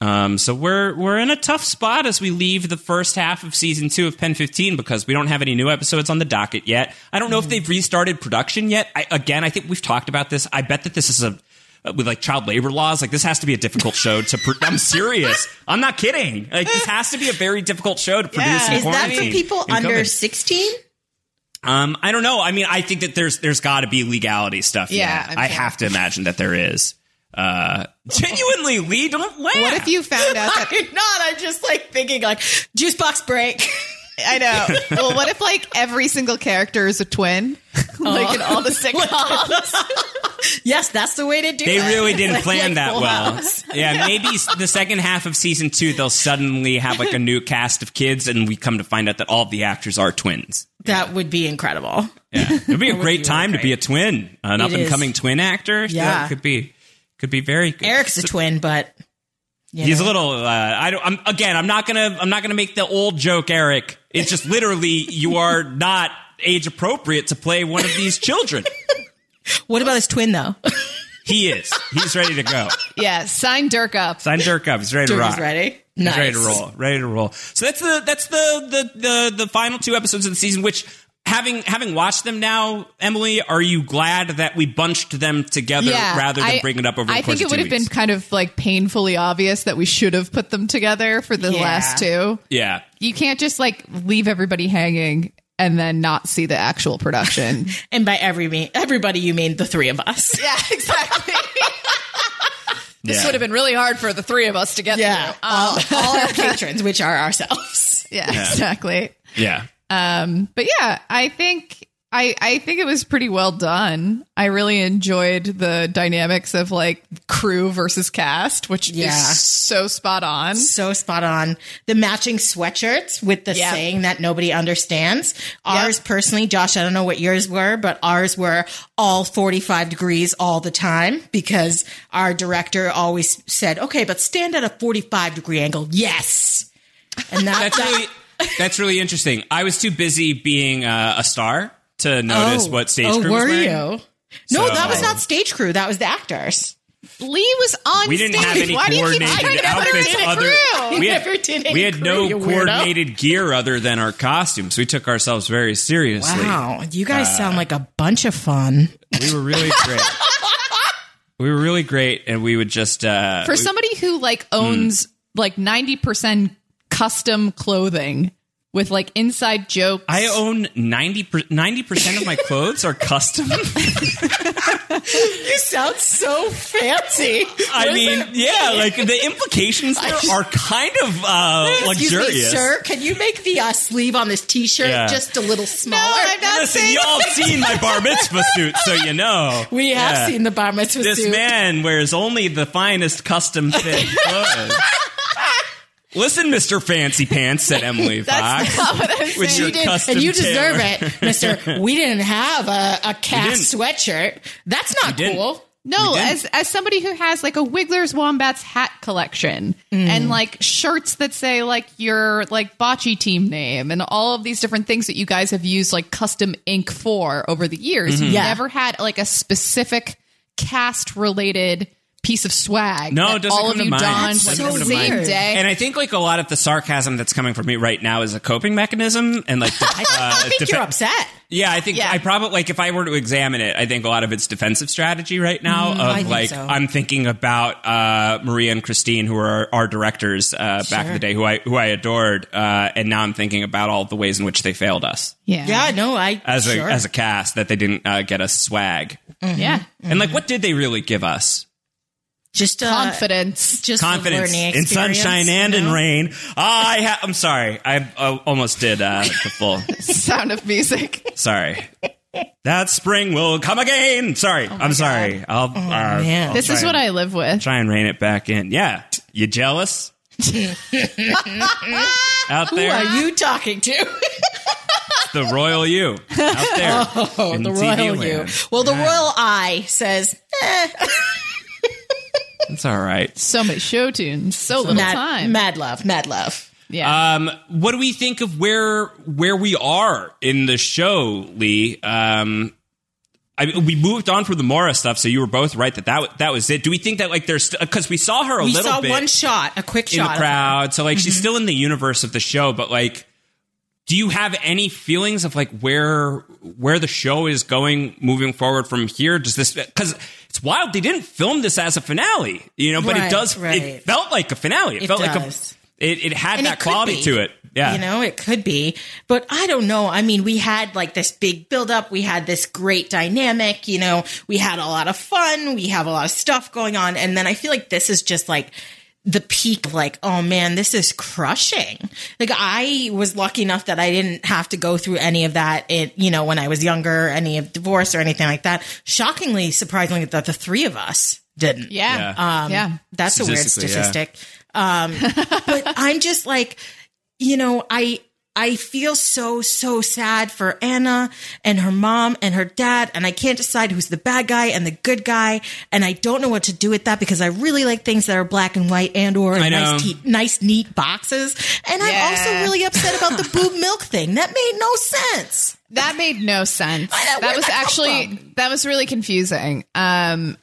[SPEAKER 1] Um, so we're we're in a tough spot as we leave the first half of season two of Pen Fifteen because we don't have any new episodes on the docket yet. I don't know if they've restarted production yet. I, again, I think we've talked about this. I bet that this is a uh, with like child labor laws. Like this has to be a difficult show to. Pro- I'm serious. I'm not kidding. Like this has to be a very difficult show to produce. in
[SPEAKER 3] Is that for
[SPEAKER 1] quarantine
[SPEAKER 3] people
[SPEAKER 1] in
[SPEAKER 3] under
[SPEAKER 1] COVID.
[SPEAKER 3] sixteen?
[SPEAKER 1] Um, I don't know. I mean, I think that there's there's got to be legality stuff.
[SPEAKER 2] Yeah,
[SPEAKER 1] here.
[SPEAKER 2] I'm
[SPEAKER 1] I
[SPEAKER 2] sure.
[SPEAKER 1] have to imagine that there is. Uh, genuinely, Lee, don't laugh.
[SPEAKER 2] What if you found out that
[SPEAKER 3] I'm not. I'm just like thinking like juice box break.
[SPEAKER 2] I know. Well, what if like every single character is a twin, Oh. like in all the sitcoms?
[SPEAKER 3] yes, that's the way to do
[SPEAKER 1] They
[SPEAKER 3] it.
[SPEAKER 1] really didn't
[SPEAKER 3] Like-
[SPEAKER 1] plan
[SPEAKER 3] like
[SPEAKER 1] that
[SPEAKER 3] Full
[SPEAKER 1] well.
[SPEAKER 3] House.
[SPEAKER 1] Yeah, maybe s- the second half of season two, they'll suddenly have like a new cast of kids, and we come to find out that all the actors are twins.
[SPEAKER 3] That would be incredible.
[SPEAKER 1] Yeah, it'd be a great
[SPEAKER 3] be
[SPEAKER 1] time to be a twin, an
[SPEAKER 3] It
[SPEAKER 1] up and coming
[SPEAKER 3] is.
[SPEAKER 1] twin actor.
[SPEAKER 3] Yeah.
[SPEAKER 1] could be, could be very. Good.
[SPEAKER 3] Eric's a twin, but you
[SPEAKER 1] He's
[SPEAKER 3] know.
[SPEAKER 1] a little. Uh, I don't. I'm again. I'm not gonna. I'm not gonna make the old joke, Eric. It's just literally you are not age appropriate to play one of these children.
[SPEAKER 3] What about his twin though?
[SPEAKER 1] He is. He's ready to go.
[SPEAKER 2] yeah, sign Dirk up.
[SPEAKER 1] Sign Dirk up. He's ready to rock.
[SPEAKER 3] ready.
[SPEAKER 1] He's
[SPEAKER 3] Nice.
[SPEAKER 1] ready to roll. Ready to roll. So that's the that's the, the the the final two episodes of the season. Which having having watched them now, Emily, are you glad that we bunched them together rather than
[SPEAKER 2] I-
[SPEAKER 1] bringing it up over?
[SPEAKER 2] I
[SPEAKER 1] the course
[SPEAKER 2] think it
[SPEAKER 1] of two
[SPEAKER 2] would have been
[SPEAKER 1] weeks?
[SPEAKER 2] kind of like painfully obvious that we should have put them together for the
[SPEAKER 3] Yeah.
[SPEAKER 2] last two.
[SPEAKER 1] Yeah.
[SPEAKER 2] You can't just like leave everybody hanging and then not see the actual production.
[SPEAKER 3] And by every me, everybody, you mean the three of us.
[SPEAKER 2] yeah, exactly. This
[SPEAKER 1] Yeah.
[SPEAKER 2] would have been really hard for the three of us to get
[SPEAKER 3] Yeah,
[SPEAKER 2] through. Um,
[SPEAKER 3] all, all our patrons, which are ourselves.
[SPEAKER 2] Uh, yeah, exactly.
[SPEAKER 1] Yeah.
[SPEAKER 2] but yeah, I think I I think it was pretty well done. I really enjoyed the dynamics of like crew versus cast, which
[SPEAKER 3] Yeah.
[SPEAKER 2] is so spot on.
[SPEAKER 3] So spot on. The matching sweatshirts with the
[SPEAKER 2] Yeah.
[SPEAKER 3] saying that nobody understands. Ours personally, Josh, I don't know what yours were, but ours were all 45 degrees all the time because our director always said, okay, but stand at a 45 degree angle. Yes. And that,
[SPEAKER 1] That's
[SPEAKER 3] that-
[SPEAKER 1] really that's really interesting. I was too busy being uh, a star to notice
[SPEAKER 3] Oh.
[SPEAKER 1] what stage
[SPEAKER 3] oh,
[SPEAKER 1] crew was
[SPEAKER 3] were
[SPEAKER 1] wearing.
[SPEAKER 3] you? No,
[SPEAKER 1] So- um,
[SPEAKER 3] that was not stage crew. That was the actors.
[SPEAKER 2] Lee was on
[SPEAKER 1] We didn't
[SPEAKER 2] stage.
[SPEAKER 1] have any
[SPEAKER 2] Why do you keep
[SPEAKER 1] coordinated
[SPEAKER 2] trying to put her
[SPEAKER 1] outfits.
[SPEAKER 2] in a
[SPEAKER 1] Other
[SPEAKER 2] crew?
[SPEAKER 1] we had,
[SPEAKER 3] never did any
[SPEAKER 1] we had
[SPEAKER 3] crew,
[SPEAKER 1] no
[SPEAKER 3] you weirdo.
[SPEAKER 1] coordinated gear other than our costumes. We took ourselves very seriously.
[SPEAKER 3] Wow. You guys sound like a bunch of fun.
[SPEAKER 1] We were really great. we were really great, and we would just uh,
[SPEAKER 2] For somebody who like owns
[SPEAKER 1] Hmm.
[SPEAKER 2] like ninety percent custom clothing with like inside jokes.
[SPEAKER 1] I own 90 percent of my clothes are custom.
[SPEAKER 3] You sound so fancy.
[SPEAKER 1] I mean, yeah, like the implications there are kind of uh,
[SPEAKER 3] Excuse
[SPEAKER 1] luxurious.
[SPEAKER 3] me, sir. Can you make the uh, sleeve on this T-shirt
[SPEAKER 1] Yeah.
[SPEAKER 3] just a little smaller?
[SPEAKER 2] I'm not
[SPEAKER 1] Listen, y'all have seen my bar mitzvah suit, so you know
[SPEAKER 3] we have
[SPEAKER 1] Yeah.
[SPEAKER 3] seen the bar mitzvah
[SPEAKER 1] this
[SPEAKER 3] suit.
[SPEAKER 1] man wears only the finest custom fit clothes. Listen, Mister Fancy Pants," said Emily Fox. with your
[SPEAKER 3] You did-
[SPEAKER 1] custom
[SPEAKER 3] and you deserve
[SPEAKER 1] tailor-
[SPEAKER 3] it, Mister. We didn't have a, a cast
[SPEAKER 1] didn't.
[SPEAKER 3] sweatshirt. That's not
[SPEAKER 1] didn't.
[SPEAKER 3] cool.
[SPEAKER 2] No,
[SPEAKER 1] We didn't.
[SPEAKER 2] as as somebody who has like a Wiggler's Wombats hat collection
[SPEAKER 1] Hmm.
[SPEAKER 2] and like shirts that say like your like bocce team name and all of these different things that you guys have used like custom ink for over the years.
[SPEAKER 1] Mm-hmm.
[SPEAKER 2] You've
[SPEAKER 3] Yeah.
[SPEAKER 2] never had like a specific cast related piece of swag.
[SPEAKER 1] No, it
[SPEAKER 2] that
[SPEAKER 1] doesn't come
[SPEAKER 2] all of
[SPEAKER 1] to
[SPEAKER 2] you
[SPEAKER 1] mind.
[SPEAKER 2] donned
[SPEAKER 1] Doesn't
[SPEAKER 2] like
[SPEAKER 3] come
[SPEAKER 2] the
[SPEAKER 3] to
[SPEAKER 2] same
[SPEAKER 3] mind.
[SPEAKER 2] day.
[SPEAKER 1] And I think like a lot of the sarcasm that's coming from me right now is a coping mechanism, and like uh,
[SPEAKER 3] I think you're upset.
[SPEAKER 1] Yeah, I think
[SPEAKER 2] Yeah.
[SPEAKER 1] I probably like if I were to examine it, I think a lot of it's defensive strategy right now. of
[SPEAKER 3] Mm, I think
[SPEAKER 1] like
[SPEAKER 3] so.
[SPEAKER 1] I'm thinking about uh, Maria and Christine, who are our directors uh, back in the day, who I who I adored, uh, and now I'm thinking about all the ways in which they failed us
[SPEAKER 2] yeah.
[SPEAKER 3] Yeah, no, I
[SPEAKER 1] as a
[SPEAKER 3] sure.
[SPEAKER 1] as a cast that they didn't uh, get us swag,
[SPEAKER 2] Yeah.
[SPEAKER 3] Mm-hmm.
[SPEAKER 1] and
[SPEAKER 3] Mm.
[SPEAKER 1] like what did they really give us?
[SPEAKER 3] just uh,
[SPEAKER 2] Confidence.
[SPEAKER 3] just a
[SPEAKER 1] confidence
[SPEAKER 3] learning
[SPEAKER 1] in
[SPEAKER 3] experience,
[SPEAKER 1] sunshine
[SPEAKER 3] you
[SPEAKER 1] and in
[SPEAKER 3] know?
[SPEAKER 1] rain. Ah, I ha- I'm sorry, I uh, almost did uh, the full.
[SPEAKER 2] Sound of music.
[SPEAKER 1] sorry. That spring will come again. Sorry,
[SPEAKER 3] Oh
[SPEAKER 1] I'm sorry. I'll, uh,
[SPEAKER 3] man.
[SPEAKER 1] I'll
[SPEAKER 2] this
[SPEAKER 1] try
[SPEAKER 2] is what
[SPEAKER 1] and-
[SPEAKER 2] I live with.
[SPEAKER 1] try and rein it back in. Yeah, you jealous? out there.
[SPEAKER 3] Who are you talking to?
[SPEAKER 1] the royal you out there. in
[SPEAKER 3] Oh, the
[SPEAKER 1] TV
[SPEAKER 3] royal you.
[SPEAKER 1] land.
[SPEAKER 3] Well, the royal I says eh,
[SPEAKER 1] It's all right.
[SPEAKER 2] So much show tunes, so little
[SPEAKER 3] mad,
[SPEAKER 2] time.
[SPEAKER 3] mad love, mad love.
[SPEAKER 2] yeah.
[SPEAKER 1] Um, what do we think of where where we are in the show, Lee? Um, I, we moved on from the Mora stuff, so you were both right that that, wa- that was it. Do we think that like there's because we saw her a
[SPEAKER 3] We
[SPEAKER 1] little
[SPEAKER 3] saw
[SPEAKER 1] bit
[SPEAKER 3] one shot, a quick
[SPEAKER 1] in
[SPEAKER 3] shot
[SPEAKER 1] the
[SPEAKER 3] of her. Mm-hmm.
[SPEAKER 1] crowd, so like she's still in the universe of the show, but like. Do you have any feelings of like where where the show is going moving forward from here? Does this because it's wild they didn't film this as a finale, you know? But it
[SPEAKER 3] Right,
[SPEAKER 1] does.
[SPEAKER 3] right.
[SPEAKER 1] It felt like a finale. It,
[SPEAKER 3] It
[SPEAKER 1] felt
[SPEAKER 3] does.
[SPEAKER 1] like a. It, it had
[SPEAKER 3] And
[SPEAKER 1] that
[SPEAKER 3] it could
[SPEAKER 1] quality
[SPEAKER 3] be.
[SPEAKER 1] to it. Yeah,
[SPEAKER 3] You know, it could be, but I don't know. I mean, we had like this big buildup. We had this great dynamic. You know, we had a lot of fun. We have a lot of stuff going on. And then I feel like this is just like the peak, like, oh man, this is crushing. Like, I was lucky enough that I didn't have to go through any of that, it, you know, when I was younger, any of divorce or anything like that. Shockingly, surprisingly, that the three of us didn't.
[SPEAKER 2] yeah.
[SPEAKER 1] yeah.
[SPEAKER 3] Um,
[SPEAKER 2] yeah.
[SPEAKER 3] That's a weird
[SPEAKER 1] Statistically, yeah.
[SPEAKER 3] statistic. Um, but I'm just like, you know, I I feel so so sad for Anna and her mom and her dad, and I can't decide who's the bad guy and the good guy, and I don't know what to do with that because I really like things that are black and white and or in
[SPEAKER 1] I know.
[SPEAKER 3] nice, te- nice neat boxes, and I'm also
[SPEAKER 2] Yeah.
[SPEAKER 3] really upset about the boob milk thing. That made no sense.
[SPEAKER 2] That made no sense.
[SPEAKER 3] I know,
[SPEAKER 2] That
[SPEAKER 3] where'd
[SPEAKER 2] was
[SPEAKER 3] that come
[SPEAKER 2] actually that was really confusing. Um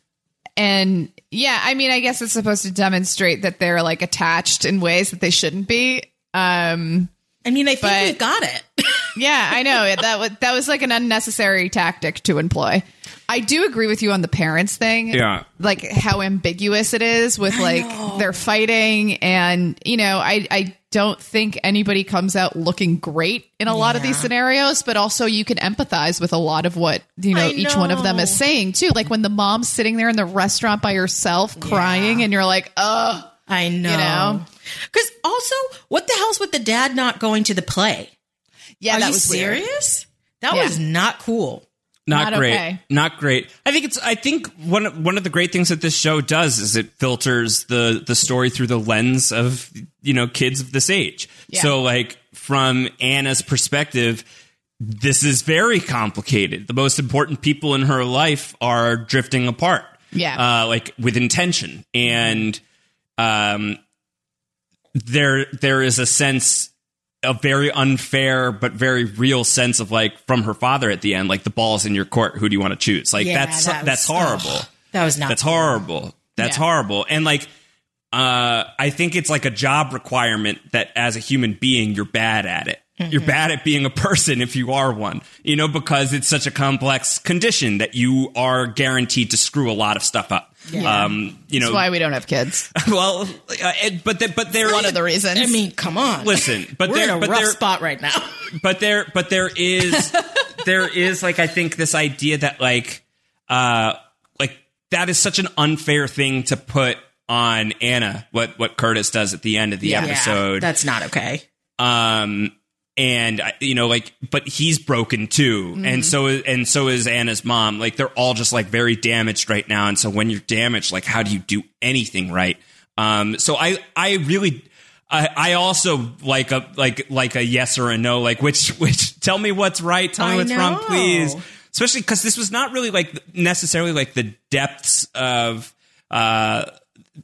[SPEAKER 2] and yeah, I mean, I guess it's supposed to demonstrate that they're like attached in ways that they shouldn't be. Um
[SPEAKER 3] I mean, I think
[SPEAKER 2] But-
[SPEAKER 3] we got it.
[SPEAKER 2] yeah, I know. It- That was that was like an unnecessary tactic to employ. I do agree with you on the parents thing.
[SPEAKER 1] Yeah.
[SPEAKER 2] Like how ambiguous it is with like they're fighting and you know, I I don't think anybody comes out looking great in a lot of these scenarios, but also you can empathize with a lot of what you know
[SPEAKER 3] I
[SPEAKER 2] each one of them is
[SPEAKER 3] know.
[SPEAKER 2] saying too. Like when the mom's sitting there in the restaurant by herself crying and you're like, "Ugh,
[SPEAKER 3] I know.
[SPEAKER 2] know?
[SPEAKER 3] Because also, what the hell's with the dad not going to the play?
[SPEAKER 2] yeah,
[SPEAKER 3] Are
[SPEAKER 2] that
[SPEAKER 3] you
[SPEAKER 2] was weird.
[SPEAKER 3] serious? That
[SPEAKER 2] Yeah.
[SPEAKER 3] was not cool.
[SPEAKER 1] not,
[SPEAKER 2] Not
[SPEAKER 1] great,
[SPEAKER 2] okay.
[SPEAKER 1] not great. I think it's. I think one of- one of the great things that this show does is it filters the the story through the lens of you know kids of this age.
[SPEAKER 2] Yeah.
[SPEAKER 1] So like from Anna's perspective, this is very complicated. The most important people in her life are drifting apart.
[SPEAKER 2] Yeah.
[SPEAKER 1] uh, like with intention and um, there there is a sense a very unfair but very real sense of like from her father at the end like the ball's in your court who do you want to choose like
[SPEAKER 3] Yeah,
[SPEAKER 1] that's
[SPEAKER 3] that was-
[SPEAKER 1] that's horrible
[SPEAKER 3] ugh, that was not.
[SPEAKER 1] that's horrible that's
[SPEAKER 2] Yeah.
[SPEAKER 1] horrible and like uh i think it's like a job requirement that as a human being you're bad at it
[SPEAKER 3] Mm-hmm.
[SPEAKER 1] you're bad at being a person if you are one you know because it's such a complex condition that you are guaranteed to screw a lot of stuff up um you know
[SPEAKER 2] That's why we don't have kids.
[SPEAKER 1] well uh, it- but the, but there
[SPEAKER 2] One of the reasons.
[SPEAKER 3] I mean, come on.
[SPEAKER 1] Listen, but
[SPEAKER 3] we're
[SPEAKER 1] there-
[SPEAKER 3] in a
[SPEAKER 1] but
[SPEAKER 3] rough
[SPEAKER 1] there-
[SPEAKER 3] spot right now.
[SPEAKER 1] but there but there is there is like i think this idea that like uh like that is such an unfair thing to put on anna what what curtis does at the end of the episode
[SPEAKER 3] that's not okay.
[SPEAKER 1] um and I- you know like but he's broken too
[SPEAKER 3] Mm-hmm.
[SPEAKER 1] and so and so is anna's mom like they're all just like very damaged right now and so when you're damaged like how do you do anything right um so i i really I, I also like a like like a yes or a no like which which tell me what's right tell me
[SPEAKER 3] I
[SPEAKER 1] what's wrong
[SPEAKER 3] know.
[SPEAKER 1] please especially because this was not really like necessarily like the depths of uh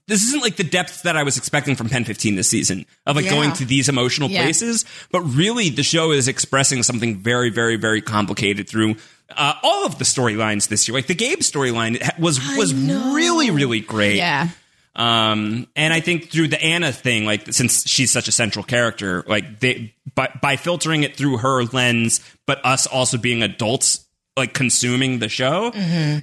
[SPEAKER 1] this isn't like the depths that I was expecting from Pen 15 this season of like
[SPEAKER 3] Yeah.
[SPEAKER 1] going to these emotional
[SPEAKER 2] Yeah.
[SPEAKER 1] places, but really the show is expressing something very, very, very complicated through uh, all of the storylines this year. Like the Gabe storyline ha- was was really, really great.
[SPEAKER 2] yeah.
[SPEAKER 1] Um, and I think through the Anna thing, like since she's such a central character, like they by by filtering it through her lens, but us also being adults, like consuming the show,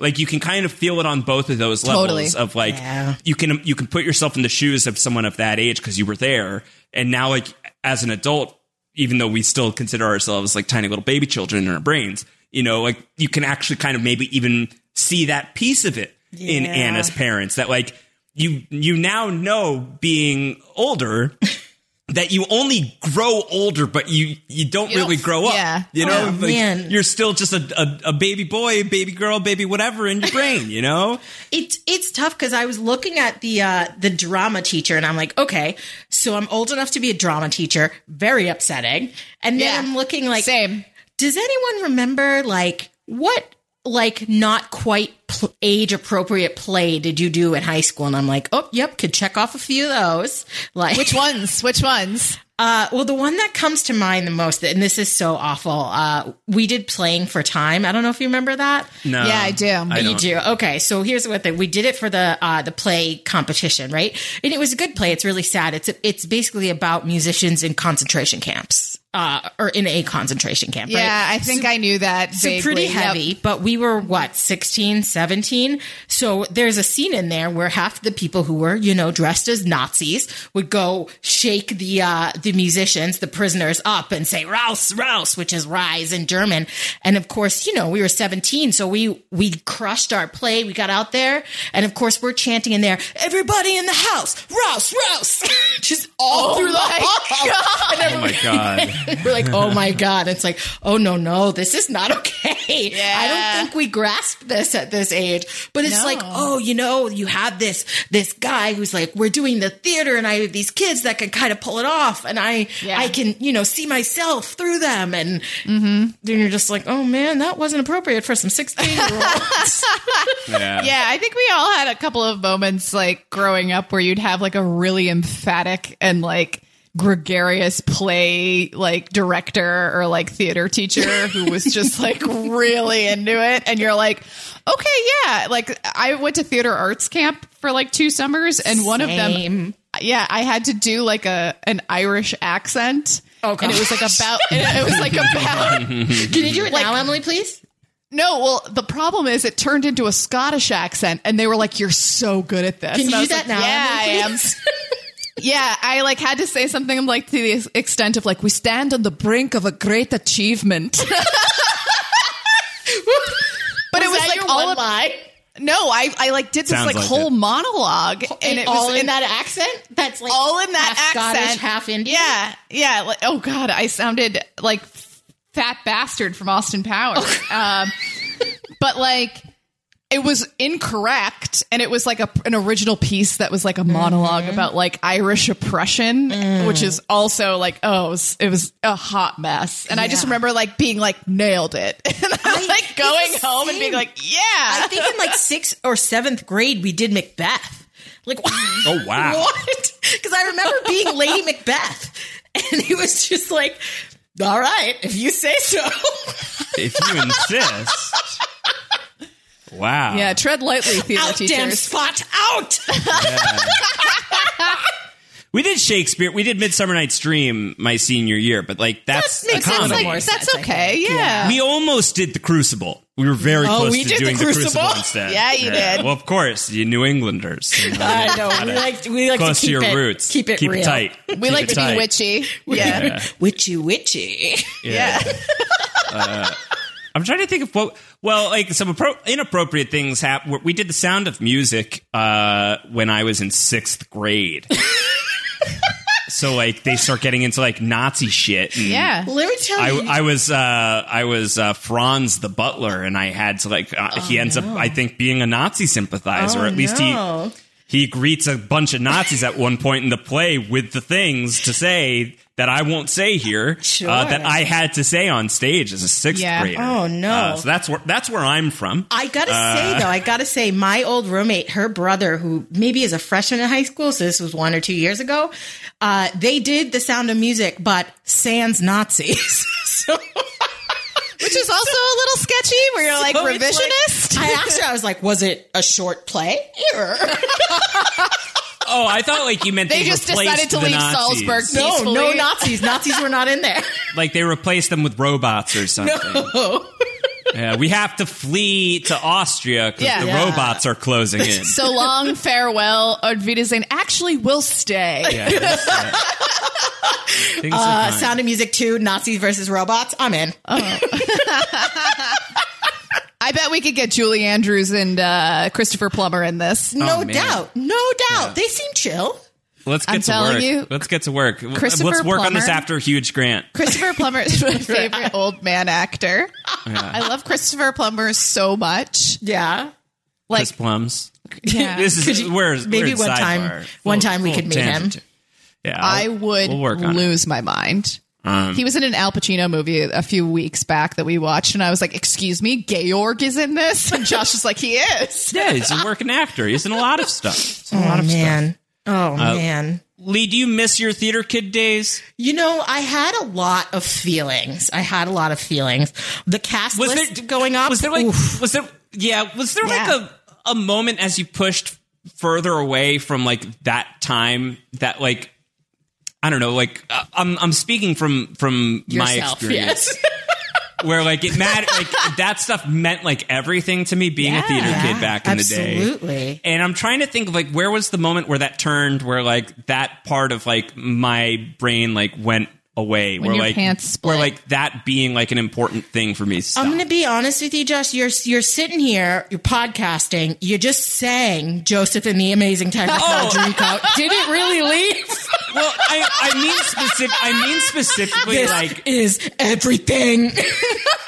[SPEAKER 1] like you can kind of feel it on both of those
[SPEAKER 2] Totally.
[SPEAKER 1] levels of like
[SPEAKER 3] Yeah.
[SPEAKER 1] you can you can put yourself in the shoes of someone of that age because you were there, and now like as an adult, even though we still consider ourselves like tiny little baby children in our brains, you know, like you can actually kind of maybe even see that piece of it in
[SPEAKER 3] Yeah.
[SPEAKER 1] Anna's parents that like you you now know being older that you only grow older, but you you don't
[SPEAKER 2] You
[SPEAKER 1] really
[SPEAKER 2] don't-
[SPEAKER 1] grow up.
[SPEAKER 2] yeah.
[SPEAKER 1] You know,
[SPEAKER 3] Oh, man.
[SPEAKER 1] you're still just a, a a baby boy, baby girl, baby whatever in your brain. You know,
[SPEAKER 3] It's it's tough because I was looking at the uh, the drama teacher and I'm like, okay, so I'm old enough to be a drama teacher, very upsetting. And then
[SPEAKER 2] Yeah.
[SPEAKER 3] I'm looking like,
[SPEAKER 2] Same.
[SPEAKER 3] does anyone remember like what like not quite pl- age appropriate play did you do in high school? And I'm like, oh, yep, could check off a few of those. Like
[SPEAKER 2] Which ones? Which ones?
[SPEAKER 3] Uh, well, the one that comes to mind the most, and this is so awful. Uh, we did playing for time. I don't know if you remember that.
[SPEAKER 1] no,
[SPEAKER 2] Yeah, I do.
[SPEAKER 1] I
[SPEAKER 3] you
[SPEAKER 1] don't.
[SPEAKER 3] do. Okay, so here's what the, we did it for the uh, the play competition, right? And it was a good play. It's really sad. It's it's basically about musicians in concentration camps, uh, or in a concentration camp. right?
[SPEAKER 2] Yeah, I think I knew that.
[SPEAKER 3] so
[SPEAKER 2] vaguely.
[SPEAKER 3] pretty
[SPEAKER 2] Yep.
[SPEAKER 3] heavy but we were what 16 17 so there's a scene in there where half the people who were you know dressed as nazis would go shake the uh the musicians the prisoners up and say raus raus which is rise in german and of course you know we were 17 so we we crushed our play we got out there and of course we're chanting in there everybody in the house raus raus just all through the
[SPEAKER 2] Oh my
[SPEAKER 3] hall And
[SPEAKER 1] Oh my god.
[SPEAKER 3] we're like, oh my God. It's like, oh no, no, this is not okay. I don't think we grasp this at this age. But it's
[SPEAKER 2] No.
[SPEAKER 3] like, oh, you know, you have this this guy who's like, we're doing the theater and I have these kids that can kind of pull it off and I
[SPEAKER 2] Yeah.
[SPEAKER 3] I can, you know, see myself through them and then you're just like, oh man, that wasn't appropriate for some sixteen year olds.
[SPEAKER 1] Yeah.
[SPEAKER 2] Yeah, I think we all had a couple of moments like growing up where you'd have like a really emphatic and like gregarious play like director or like theater teacher who was just like really into it and you're like okay yeah like I went to theater arts camp for like two summers and one of them
[SPEAKER 3] Same.
[SPEAKER 2] yeah, I had to do like a an Irish accent.
[SPEAKER 3] Oh,
[SPEAKER 2] and it was like about it was like about
[SPEAKER 3] Can you do it now, Emily, please?
[SPEAKER 2] no. Well, the problem is it turned into a Scottish accent, and they were like, "You're so good at this."
[SPEAKER 3] Can
[SPEAKER 2] And
[SPEAKER 3] you
[SPEAKER 2] I
[SPEAKER 3] do
[SPEAKER 2] was
[SPEAKER 3] that
[SPEAKER 2] like,
[SPEAKER 3] now?
[SPEAKER 2] Yeah, I
[SPEAKER 3] Emily,
[SPEAKER 2] am.
[SPEAKER 3] please?"
[SPEAKER 2] Yeah, I like had to say something like to the ex- extent of like, "We stand on the brink of a great achievement." But it was
[SPEAKER 3] that
[SPEAKER 2] like
[SPEAKER 3] your
[SPEAKER 2] all
[SPEAKER 3] one
[SPEAKER 2] of-
[SPEAKER 3] lie?
[SPEAKER 2] no, I I like did this
[SPEAKER 1] Sounds
[SPEAKER 2] like,
[SPEAKER 1] like
[SPEAKER 2] whole
[SPEAKER 1] it.
[SPEAKER 2] monologue,
[SPEAKER 3] And
[SPEAKER 2] and it
[SPEAKER 3] all
[SPEAKER 2] was
[SPEAKER 3] in that accent? That's like
[SPEAKER 2] all in that
[SPEAKER 3] half
[SPEAKER 2] accent,
[SPEAKER 3] Scottish, half Indian.
[SPEAKER 2] Yeah, yeah. Like, oh God, I sounded like fat bastard from Austin Powers. um, but like, it was incorrect, and it was like a, an original piece that was like a monologue
[SPEAKER 3] Mm-hmm.
[SPEAKER 2] about like Irish oppression,
[SPEAKER 3] Mm.
[SPEAKER 2] which is also like oh, it was, it was a hot mess. And I just
[SPEAKER 3] Yeah.
[SPEAKER 2] remember like being like nailed it, and I was
[SPEAKER 3] I-
[SPEAKER 2] like going
[SPEAKER 3] it's the
[SPEAKER 2] home and being
[SPEAKER 3] same.
[SPEAKER 2] like yeah.
[SPEAKER 3] I think in like sixth or seventh grade we did Macbeth. Like
[SPEAKER 1] Oh, wow.
[SPEAKER 3] what? Because I remember being Lady Macbeth, and he was just like, "All right, if you say so."
[SPEAKER 1] If you insist. Wow.
[SPEAKER 2] yeah, tread lightly, theater
[SPEAKER 3] out, damn
[SPEAKER 2] teachers.
[SPEAKER 3] spot, out.
[SPEAKER 1] We did Shakespeare. We did Midsummer Night's Dream my senior year, but like that's
[SPEAKER 2] Makes
[SPEAKER 1] a
[SPEAKER 2] sense,
[SPEAKER 1] comedy.
[SPEAKER 2] like, that's
[SPEAKER 3] I
[SPEAKER 2] okay. Yeah.
[SPEAKER 1] we almost did the Crucible. We were very close
[SPEAKER 3] Oh, we
[SPEAKER 1] to
[SPEAKER 3] did the
[SPEAKER 1] doing the Crucible,
[SPEAKER 3] Crucible?
[SPEAKER 1] instead.
[SPEAKER 2] Yeah, you did.
[SPEAKER 1] Well, of course, you New Englanders. you know,
[SPEAKER 3] I
[SPEAKER 1] you
[SPEAKER 3] know.
[SPEAKER 1] gotta
[SPEAKER 3] We like we like
[SPEAKER 1] close
[SPEAKER 3] to keep
[SPEAKER 1] to your
[SPEAKER 3] it,
[SPEAKER 1] roots.
[SPEAKER 3] Keep it
[SPEAKER 1] keep
[SPEAKER 3] real.
[SPEAKER 1] It tight.
[SPEAKER 2] We
[SPEAKER 1] Keep
[SPEAKER 2] like
[SPEAKER 1] it
[SPEAKER 2] to
[SPEAKER 1] tight.
[SPEAKER 2] be witchy. Yeah.
[SPEAKER 3] Witchy, witchy.
[SPEAKER 1] Yeah. I'm trying to think of what. Well, like some appro- inappropriate things happen. We did the Sound of Music uh, when I was in sixth grade. so like they start getting into like Nazi shit. and
[SPEAKER 2] Yeah.
[SPEAKER 3] Well, let me tell you.
[SPEAKER 1] I, I was uh, I was uh, Franz the butler, and I had to like. Uh, he ends up, I think, being a Nazi sympathizer.
[SPEAKER 3] Oh,
[SPEAKER 1] or at least
[SPEAKER 3] no.
[SPEAKER 1] he he greets a bunch of Nazis at one point in the play with the things to say that I won't say here
[SPEAKER 3] Sure.
[SPEAKER 1] uh, that I had to say on stage as a sixth
[SPEAKER 2] Yeah.
[SPEAKER 1] grader.
[SPEAKER 3] Oh, no.
[SPEAKER 1] Uh, so that's where that's where I'm from.
[SPEAKER 3] I gotta say though, I gotta say, my old roommate, her brother, who maybe is a freshman in high school, so this was one or two years ago, uh, they did The Sound of Music, but sans Nazis. so
[SPEAKER 2] which is also a little sketchy where you're like
[SPEAKER 3] so it's
[SPEAKER 2] revisionist
[SPEAKER 3] like- I asked her, I was like, was it a short play? Or-
[SPEAKER 1] oh, I thought like you meant
[SPEAKER 2] They
[SPEAKER 1] they,
[SPEAKER 2] just
[SPEAKER 1] replaced
[SPEAKER 2] decided to
[SPEAKER 1] the
[SPEAKER 2] leave
[SPEAKER 1] Nazis.
[SPEAKER 2] Salzburg.
[SPEAKER 3] no, no
[SPEAKER 2] Peacefully.
[SPEAKER 3] Nazis. Nazis were not in there.
[SPEAKER 1] like they replaced them with robots or something. Yeah, we have to flee to Austria because
[SPEAKER 2] Yeah.
[SPEAKER 1] the
[SPEAKER 2] Yeah.
[SPEAKER 1] robots are closing in.
[SPEAKER 2] so long farewell Auf Wiedersehen actually will stay
[SPEAKER 1] Yeah, that's right. Things are
[SPEAKER 3] Uh,
[SPEAKER 1] fine.
[SPEAKER 3] Sound of Music 2, Nazis versus robots. I'm in.
[SPEAKER 2] I bet we could get Julie Andrews and uh, Christopher Plummer in this
[SPEAKER 3] no
[SPEAKER 1] man.
[SPEAKER 3] doubt. No doubt. They seem chill.
[SPEAKER 1] Let's get
[SPEAKER 2] I'm
[SPEAKER 1] to
[SPEAKER 2] telling
[SPEAKER 1] work.
[SPEAKER 2] you,
[SPEAKER 1] Let's get to work. Let's
[SPEAKER 2] Christopher
[SPEAKER 1] work on this
[SPEAKER 2] Plummer-
[SPEAKER 1] after Huge Grant.
[SPEAKER 2] Christopher Plummer is my favorite old man actor. I love Christopher Plummer so much.
[SPEAKER 3] Yeah.
[SPEAKER 2] Like,
[SPEAKER 1] Chris Plums.
[SPEAKER 2] yeah.
[SPEAKER 1] this
[SPEAKER 3] Could
[SPEAKER 1] is
[SPEAKER 3] you-
[SPEAKER 1] where's
[SPEAKER 3] maybe one time- one time we could meet him.
[SPEAKER 1] Yeah,
[SPEAKER 2] I
[SPEAKER 1] I'll-
[SPEAKER 2] would
[SPEAKER 1] We'll work on it. Um,
[SPEAKER 2] lose my mind. he was in an Al Pacino movie a few weeks back that we watched, and I was like, "Excuse me, Georg is in this," and Josh is like, "He is."
[SPEAKER 1] Yeah, he's a working actor. He's in a lot of stuff.
[SPEAKER 3] Oh, man. Oh, man.
[SPEAKER 1] Lee, do you miss your theater kid days?
[SPEAKER 3] You know, I had a lot of feelings. I had a lot of feelings. The cast
[SPEAKER 1] Was
[SPEAKER 3] list
[SPEAKER 1] there
[SPEAKER 3] going up.
[SPEAKER 1] Was there like
[SPEAKER 3] oof.
[SPEAKER 1] was there yeah, was there
[SPEAKER 2] Yeah.
[SPEAKER 1] like a a moment as you pushed further away from like that time that like I don't know, like uh, I'm I'm speaking from from my
[SPEAKER 3] Yourself,
[SPEAKER 1] experience. Where like it mattered, like that stuff meant like everything to me being a theater kid back in the day.
[SPEAKER 3] Absolutely.
[SPEAKER 1] And I'm trying to think of like where was the moment where that turned, where like that part of like my brain like went away, where
[SPEAKER 2] your
[SPEAKER 1] like
[SPEAKER 2] pants split.
[SPEAKER 1] where like that being like an important thing for me. Stopped.
[SPEAKER 3] I'm going to be honest with you, Josh. You're you're sitting here, you're podcasting. You just sang Joseph and the Amazing Technicolor
[SPEAKER 1] Oh.
[SPEAKER 3] Dreamcoat. Did it really leave?
[SPEAKER 1] well, I, I mean specific. I mean specifically
[SPEAKER 3] This
[SPEAKER 1] like
[SPEAKER 3] is everything.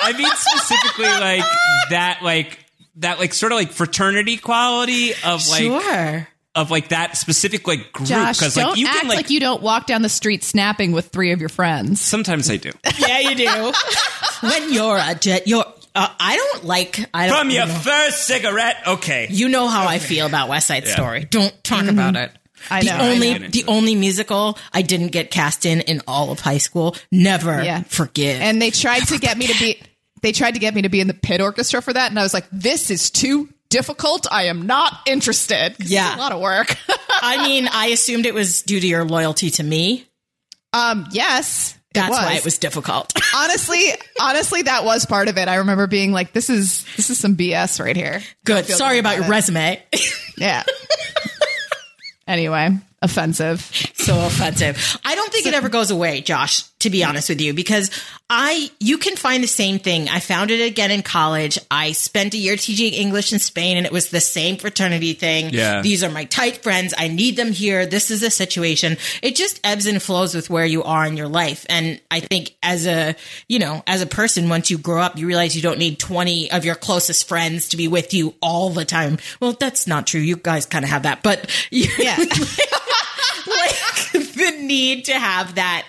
[SPEAKER 1] I mean specifically like that like that like sort of like fraternity quality of like
[SPEAKER 3] sure.
[SPEAKER 1] of like that specific like group
[SPEAKER 2] Josh,
[SPEAKER 1] because
[SPEAKER 2] don't
[SPEAKER 1] like you
[SPEAKER 2] act
[SPEAKER 1] can
[SPEAKER 2] like, you don't walk down the street snapping with three of your friends.
[SPEAKER 1] sometimes I do
[SPEAKER 3] Yeah, you do. when you're a jet, you're. Uh, I don't like. I don't.
[SPEAKER 1] from
[SPEAKER 3] you.
[SPEAKER 1] your
[SPEAKER 3] Know,
[SPEAKER 1] first cigarette. Okay,
[SPEAKER 3] you know how I feel about West Side Story. Don't talk about it.
[SPEAKER 2] Mm-hmm. I
[SPEAKER 3] the
[SPEAKER 2] know, I
[SPEAKER 3] only
[SPEAKER 2] know.
[SPEAKER 3] the only musical I didn't get cast in in all of high school. Never
[SPEAKER 2] Yeah.
[SPEAKER 3] forgive.
[SPEAKER 2] And they tried to get me to be. They tried to get me to be in the pit orchestra for that, and I was like, "This is too difficult. I am not interested." 'Cause
[SPEAKER 3] Yeah.
[SPEAKER 2] it's a lot of work.
[SPEAKER 3] I mean, I assumed it was due to your loyalty to me.
[SPEAKER 2] um, yes, it
[SPEAKER 3] That's why it was difficult.
[SPEAKER 2] honestly, honestly, that was part of it. I remember being like, "This is this is some BS right here."
[SPEAKER 3] Good.
[SPEAKER 2] Feel
[SPEAKER 3] Sorry
[SPEAKER 2] good
[SPEAKER 3] about your
[SPEAKER 2] it.
[SPEAKER 3] resume.
[SPEAKER 2] Yeah. anyway, offensive.
[SPEAKER 3] so offensive. I don't think it ever goes away, Josh, to be honest with you, because I you can find the same thing. I found it again in college. I spent a year teaching English in Spain and it was the same fraternity thing.
[SPEAKER 1] Yeah.
[SPEAKER 3] These are my tight friends. I need them here. This is the situation. It just ebbs and flows with where you are in your life. And I think as a, you know, as a person, once you grow up, you realize you don't need 20 of your closest friends to be with you all the time. Well, that's not true. You guys kind of have that, but yeah like the need to have that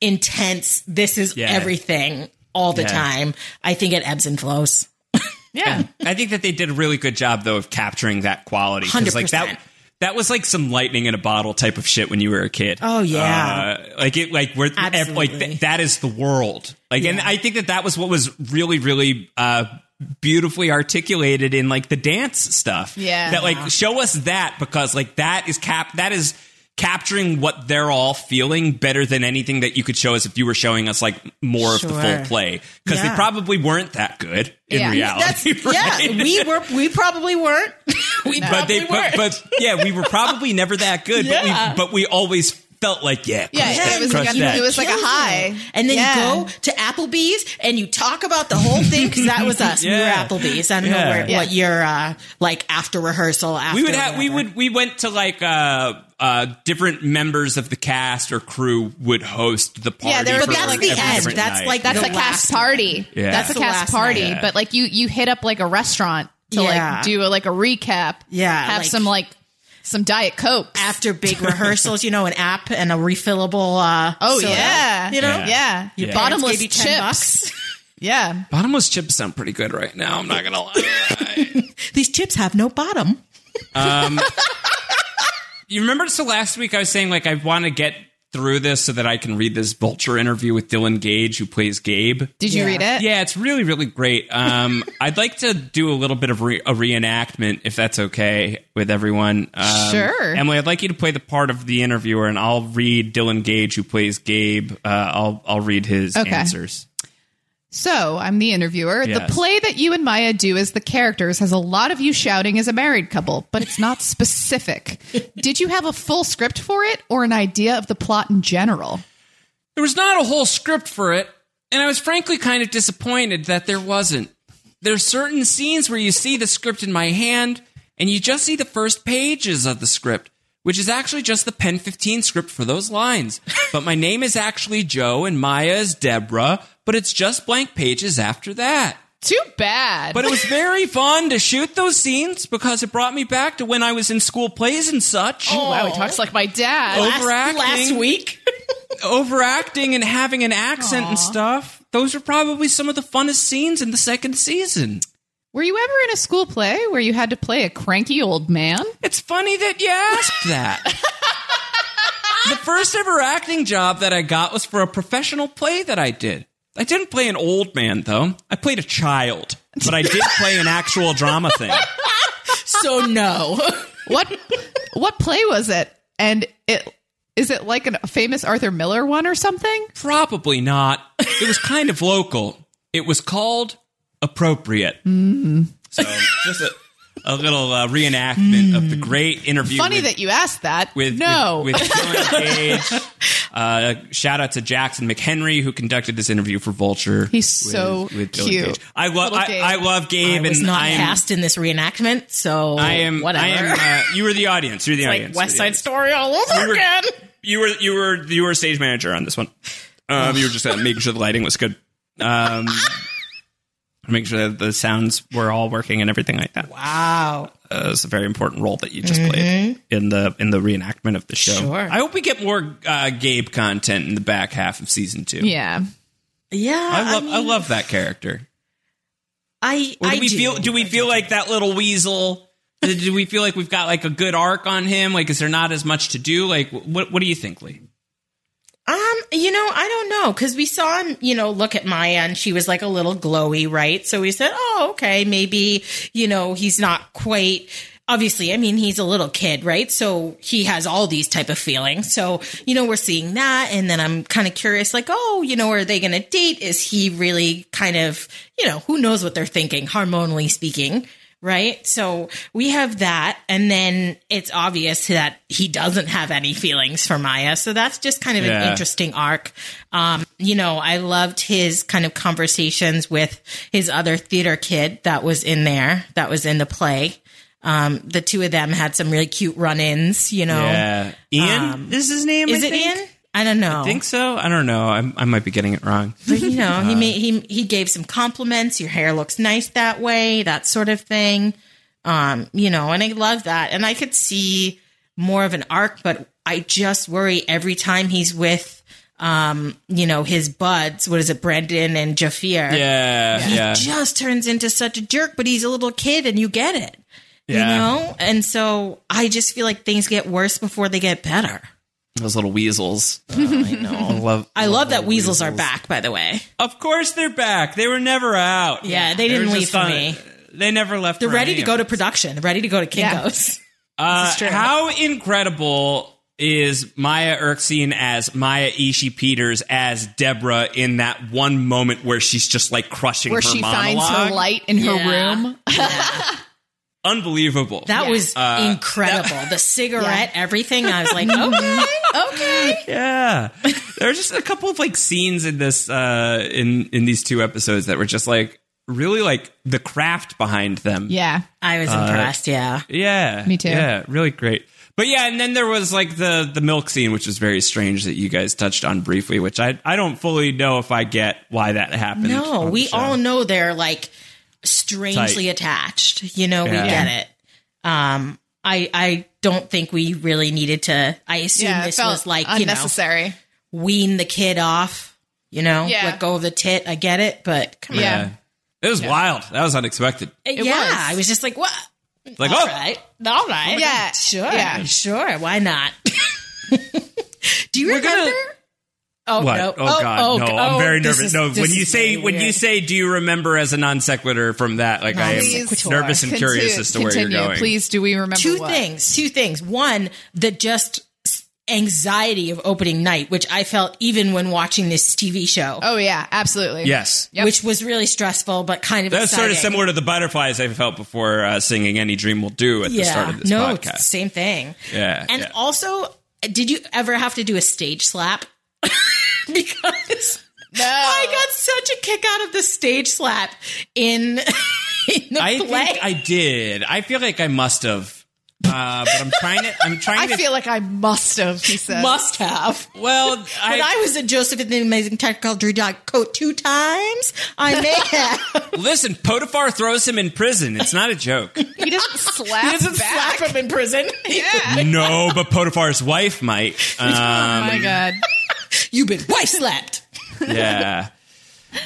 [SPEAKER 3] intense this is
[SPEAKER 1] Yeah.
[SPEAKER 3] everything all the
[SPEAKER 1] Yeah.
[SPEAKER 3] time i think it ebbs and flows
[SPEAKER 2] Yeah.
[SPEAKER 1] I think that they did a really good job though of capturing that quality. 'Cause, Like that
[SPEAKER 3] 100%.
[SPEAKER 1] that was like some lightning in a bottle type of shit when you were a kid.
[SPEAKER 3] Oh, yeah.
[SPEAKER 1] Uh, like it like where ev- like
[SPEAKER 3] Absolutely.
[SPEAKER 1] th- that is the world. Like and I think that that was what was really really uh beautifully articulated in like the dance stuff.
[SPEAKER 2] Yeah.
[SPEAKER 1] That like show us that because like that is cap that is capturing what they're all feeling better than anything that you could show us if you were showing us like more of the
[SPEAKER 3] Sure.
[SPEAKER 1] full play because
[SPEAKER 3] Yeah.
[SPEAKER 1] they probably weren't that good in
[SPEAKER 2] Yeah.
[SPEAKER 1] reality. Uh, right?
[SPEAKER 3] yeah we were we probably weren't we
[SPEAKER 1] but
[SPEAKER 3] probably
[SPEAKER 1] they but,
[SPEAKER 3] weren't
[SPEAKER 1] but yeah we were probably never that good
[SPEAKER 3] Yeah.
[SPEAKER 1] but we but we always felt like yeah
[SPEAKER 2] Yeah,
[SPEAKER 1] crush
[SPEAKER 2] it
[SPEAKER 1] that,
[SPEAKER 2] was
[SPEAKER 1] crush
[SPEAKER 2] like a-
[SPEAKER 1] that.
[SPEAKER 2] it was like- a
[SPEAKER 3] Kills
[SPEAKER 2] high.
[SPEAKER 3] you. and then
[SPEAKER 2] Yeah.
[SPEAKER 3] you go to Applebee's and you talk about the whole thing because that was us.
[SPEAKER 1] Yeah.
[SPEAKER 3] We were Applebee's. I don't know
[SPEAKER 1] Yeah.
[SPEAKER 3] where,
[SPEAKER 2] Yeah.
[SPEAKER 3] what your uh, like after rehearsal. After
[SPEAKER 1] we would have we
[SPEAKER 3] whatever.
[SPEAKER 1] would we went to like uh uh different members of the cast or crew would host the party
[SPEAKER 2] Yeah, there
[SPEAKER 1] for
[SPEAKER 2] was-
[SPEAKER 3] that's
[SPEAKER 2] like
[SPEAKER 3] the
[SPEAKER 1] every
[SPEAKER 3] end.
[SPEAKER 1] different
[SPEAKER 3] That's
[SPEAKER 1] night.
[SPEAKER 3] like
[SPEAKER 2] That's
[SPEAKER 3] the
[SPEAKER 2] a
[SPEAKER 3] last
[SPEAKER 2] cast party.
[SPEAKER 1] Yeah.
[SPEAKER 2] That's,
[SPEAKER 3] That's
[SPEAKER 2] a
[SPEAKER 3] the
[SPEAKER 2] cast
[SPEAKER 3] last
[SPEAKER 2] party.
[SPEAKER 3] night.
[SPEAKER 2] But like you you hit up like a restaurant to
[SPEAKER 3] Yeah.
[SPEAKER 2] like do a, like a recap.
[SPEAKER 3] Yeah,
[SPEAKER 2] Have
[SPEAKER 3] like-
[SPEAKER 2] some like some diet coke.
[SPEAKER 3] after big rehearsals, you know, an app and a refillable. Uh,
[SPEAKER 2] Oh
[SPEAKER 3] soda.
[SPEAKER 2] yeah.
[SPEAKER 3] you know,
[SPEAKER 2] Yeah.
[SPEAKER 3] Your parents
[SPEAKER 2] Bottomless
[SPEAKER 3] gave you 10
[SPEAKER 2] chips.
[SPEAKER 3] bucks.
[SPEAKER 2] Yeah.
[SPEAKER 1] bottomless chips sound pretty good right now i'm not gonna lie
[SPEAKER 3] These chips have no bottom.
[SPEAKER 1] you remember so last week i was saying like i want to get through this so that i can read this vulture interview with dylan gage who plays gabe
[SPEAKER 2] Did you
[SPEAKER 3] Yeah.
[SPEAKER 2] read it?
[SPEAKER 1] Yeah, it's really, really great. Um, I'd like to do a little bit of re- a reenactment, if that's okay with everyone. Um,
[SPEAKER 2] Sure.
[SPEAKER 1] Emily, I'd like you to play the part of the interviewer, and I'll read Dylan Gage, who plays Gabe. Uh, I'll I'll read his
[SPEAKER 2] Okay.
[SPEAKER 1] answers.
[SPEAKER 2] So, I'm the interviewer.
[SPEAKER 1] Yes.
[SPEAKER 2] The play that you and Maya do as the characters has a lot of you shouting as a married couple, but it's not specific. Did you have a full script for it or an idea of the plot in general?
[SPEAKER 1] There was not a whole script for it, and I was frankly kind of disappointed that there wasn't. There's certain scenes where you see the script in my hand, and you just see the first pages of the script, which is actually just the Pen 15 script for those lines. but my name is actually Joe and Maya is Deborah, but it's just blank pages after that.
[SPEAKER 2] Too bad.
[SPEAKER 1] But it was very fun to shoot those scenes because it brought me back to when I was in school plays and such.
[SPEAKER 2] oh, wow, he talks like my dad.
[SPEAKER 1] Oh.
[SPEAKER 3] Last,
[SPEAKER 1] Overacting.
[SPEAKER 3] last week.
[SPEAKER 1] Overacting and having an accent and stuff. Those were probably some of the funnest scenes in the second season.
[SPEAKER 2] Were you ever in a school play where you had to play a cranky old man?
[SPEAKER 1] It's funny that you asked that. the first ever acting job that I got was for a professional play that I did. I didn't play an old man, though. I played a child, but I did play an actual drama thing.
[SPEAKER 3] So no.
[SPEAKER 2] What what play was it? And it is it like an- a famous Arthur Miller one or something?
[SPEAKER 1] Probably not. It was kind of local. It was called Appropriate.
[SPEAKER 2] Mm-hmm.
[SPEAKER 1] So, just a, a little uh, reenactment of the great interview.
[SPEAKER 2] Mm. Funny
[SPEAKER 1] with-
[SPEAKER 2] that you asked that.
[SPEAKER 1] with
[SPEAKER 2] no,
[SPEAKER 1] with, with John Cage. Uh, shout out to Jackson McHenry who conducted this interview for Vulture.
[SPEAKER 2] He's
[SPEAKER 1] with-
[SPEAKER 2] so
[SPEAKER 1] Billy
[SPEAKER 2] cute.
[SPEAKER 1] Cage. I love
[SPEAKER 2] Little
[SPEAKER 1] I,
[SPEAKER 2] Gabe.
[SPEAKER 1] I love
[SPEAKER 3] I
[SPEAKER 1] Gabe
[SPEAKER 3] was
[SPEAKER 1] and
[SPEAKER 3] not
[SPEAKER 1] I am
[SPEAKER 3] cast in this reenactment, so
[SPEAKER 1] I am
[SPEAKER 3] whatever.
[SPEAKER 1] I am uh, you were the audience. You're the
[SPEAKER 3] like
[SPEAKER 1] audience.
[SPEAKER 3] West
[SPEAKER 1] You're
[SPEAKER 3] Side Story all over
[SPEAKER 1] were-
[SPEAKER 3] again.
[SPEAKER 1] the- You were you were you were stage manager on this one. Um, you were just uh, making sure the lighting was good. Um Making sure that the sounds were all working and everything like that. Wow,
[SPEAKER 3] Wow. Mm-hmm.
[SPEAKER 1] uh, it's a very important role that you just played in the in the reenactment of the show.
[SPEAKER 3] Sure.
[SPEAKER 1] I hope we get more uh, Gabe content in the back half of season two.
[SPEAKER 2] yeah.
[SPEAKER 3] Yeah.
[SPEAKER 1] I love I,
[SPEAKER 3] mean,
[SPEAKER 1] love that character.
[SPEAKER 3] I,
[SPEAKER 1] Or do
[SPEAKER 3] I
[SPEAKER 1] we feel do we feel like that little weasel? do do we feel like we've got like a good arc on him? Like, is there not as much to do? Like, what what do you think, Lee?
[SPEAKER 3] Um, you know, I don't know because we saw him, you know, look at Maya and she was like a little glowy, right? So we said, oh, okay, maybe, you know, he's not quite. Obviously, I mean, he's a little kid, right? So he has all these type of feelings. So, you know, we're seeing that. And then I'm kind of curious, like, oh, you know, are they going to date? Is he really kind of, you know, who knows what they're thinking, hormonally speaking? right? So we have that, and then it's obvious that he doesn't have any feelings for Maya. So that's just kind of
[SPEAKER 1] Yeah.
[SPEAKER 3] an interesting arc. Um, you know, I loved his kind of conversations with his other theater kid that was in there, that was in the play. Um, the two of them had some really cute run-ins. You know,
[SPEAKER 1] Ian Um, is his name.
[SPEAKER 3] is
[SPEAKER 1] I
[SPEAKER 3] it
[SPEAKER 1] think?
[SPEAKER 3] Ian? I don't know.
[SPEAKER 1] I think so. I don't know. I, I might be getting it wrong.
[SPEAKER 3] But, you know,
[SPEAKER 1] Uh.
[SPEAKER 3] he made, he he gave some compliments. Your hair looks nice that way, that sort of thing. Um, you know, and I love that. And I could see more of an arc, but I just worry every time he's with, um, you know, his buds. What is it, Brendan and Jafir?
[SPEAKER 1] Yeah, yeah.
[SPEAKER 3] just turns into such a jerk, but he's a little kid and you get it.
[SPEAKER 1] Yeah.
[SPEAKER 3] You know? And so I just feel like things get worse before they get better.
[SPEAKER 1] Those little weasels. I know. love.
[SPEAKER 3] I love that weasels, are back, by the way.
[SPEAKER 1] Of course, they're back. They were never out.
[SPEAKER 3] Yeah, they
[SPEAKER 1] were
[SPEAKER 3] didn't
[SPEAKER 1] just
[SPEAKER 3] leave for
[SPEAKER 1] on-
[SPEAKER 3] me.
[SPEAKER 1] They never left.
[SPEAKER 3] They're
[SPEAKER 1] for
[SPEAKER 3] ready
[SPEAKER 1] any
[SPEAKER 3] to
[SPEAKER 1] of
[SPEAKER 3] go
[SPEAKER 1] us.
[SPEAKER 3] to production, ready to go to Kinko's.
[SPEAKER 1] Uh,
[SPEAKER 3] true.
[SPEAKER 1] How incredible is Maya Erskine as Maya Ishii Peters as Deborah in that one moment where she's just like crushing
[SPEAKER 2] Where
[SPEAKER 1] her
[SPEAKER 2] she
[SPEAKER 1] monologue?
[SPEAKER 2] finds her light in her
[SPEAKER 3] Yeah.
[SPEAKER 2] room.
[SPEAKER 1] Unbelievable.
[SPEAKER 3] That
[SPEAKER 1] Uh,
[SPEAKER 3] was incredible. the cigarette, everything. I was like,
[SPEAKER 2] Mm-hmm.
[SPEAKER 3] okay, okay.
[SPEAKER 1] yeah. there were just a couple of like scenes in this uh in in these two episodes that were just like really like the craft behind them.
[SPEAKER 2] Yeah.
[SPEAKER 3] I
[SPEAKER 1] Uh,
[SPEAKER 3] was impressed. Yeah.
[SPEAKER 1] Yeah.
[SPEAKER 2] Me too.
[SPEAKER 1] Yeah, really great. But yeah, and then there was like the the milk scene, which was very strange that you guys touched on briefly, which I I don't fully know if I get why that happened. on
[SPEAKER 3] No,
[SPEAKER 1] the
[SPEAKER 3] we
[SPEAKER 1] show.
[SPEAKER 3] all know they're like strangely
[SPEAKER 1] Tight.
[SPEAKER 3] attached. You know,
[SPEAKER 1] Yeah.
[SPEAKER 3] we get it. Um, I I don't think we really needed to. I assume
[SPEAKER 2] Yeah.
[SPEAKER 3] this
[SPEAKER 2] it felt
[SPEAKER 3] was like you know
[SPEAKER 2] unnecessary.
[SPEAKER 3] wean the kid off. You know,
[SPEAKER 2] Yeah.
[SPEAKER 3] let go of the tit. I get it, but come on.
[SPEAKER 2] Yeah.
[SPEAKER 1] Yeah. It was wild. That was unexpected.
[SPEAKER 3] yeah,
[SPEAKER 2] was.
[SPEAKER 3] I was just like, what?
[SPEAKER 1] Like,
[SPEAKER 3] All
[SPEAKER 1] oh,
[SPEAKER 3] right, all right,
[SPEAKER 2] Yeah.
[SPEAKER 3] sure,
[SPEAKER 2] Yeah.
[SPEAKER 3] sure. Why not? Do you remember? Oh
[SPEAKER 1] What?
[SPEAKER 3] no!
[SPEAKER 1] Oh, God! no, I'm very
[SPEAKER 3] this
[SPEAKER 1] nervous.
[SPEAKER 3] is-
[SPEAKER 1] no,
[SPEAKER 3] this
[SPEAKER 1] when you
[SPEAKER 3] is
[SPEAKER 1] say
[SPEAKER 3] really
[SPEAKER 1] when you
[SPEAKER 3] weird.
[SPEAKER 1] say, do you remember as a non sequitur from that? Like I am
[SPEAKER 2] Please.
[SPEAKER 1] nervous and
[SPEAKER 2] Continue-
[SPEAKER 1] curious as to where
[SPEAKER 2] continue.
[SPEAKER 1] you're going.
[SPEAKER 2] Please, do we remember
[SPEAKER 3] two
[SPEAKER 2] what?
[SPEAKER 3] things, two things. One, the just anxiety of opening night, which I felt even when watching this TV show,
[SPEAKER 2] Oh yeah, absolutely.
[SPEAKER 1] Yes,
[SPEAKER 2] Yep.
[SPEAKER 3] which was really stressful, but kind of
[SPEAKER 1] that's sort of
[SPEAKER 3] exciting.
[SPEAKER 1] similar to the butterflies I felt before uh, singing "Any Dream Will Do" at the start of this
[SPEAKER 3] no, it's the
[SPEAKER 1] podcast.
[SPEAKER 3] same thing.
[SPEAKER 1] Yeah,
[SPEAKER 3] and
[SPEAKER 1] yeah.
[SPEAKER 3] also, did you ever have to do a stage slap? because
[SPEAKER 1] Oh
[SPEAKER 2] No.
[SPEAKER 3] I got such a kick out of the stage slap in, in the
[SPEAKER 1] I
[SPEAKER 3] play.
[SPEAKER 1] think I did. I feel like I must have. Uh, uh, but I'm trying to. I'm trying
[SPEAKER 2] I
[SPEAKER 1] to.
[SPEAKER 2] feel like I must have, he said.
[SPEAKER 3] Must have.
[SPEAKER 1] well,
[SPEAKER 3] When I,
[SPEAKER 1] I,
[SPEAKER 3] was at Joseph in the Amazing Technicolor Dreamcoat two times, I may have.
[SPEAKER 1] listen. Potiphar throws him in prison. It's not a joke.
[SPEAKER 2] He doesn't slap back.
[SPEAKER 3] Slap him in prison.
[SPEAKER 1] no, but Potiphar's wife might.
[SPEAKER 2] oh
[SPEAKER 1] Um,
[SPEAKER 2] my god.
[SPEAKER 3] You've been wife slapped.
[SPEAKER 1] yeah.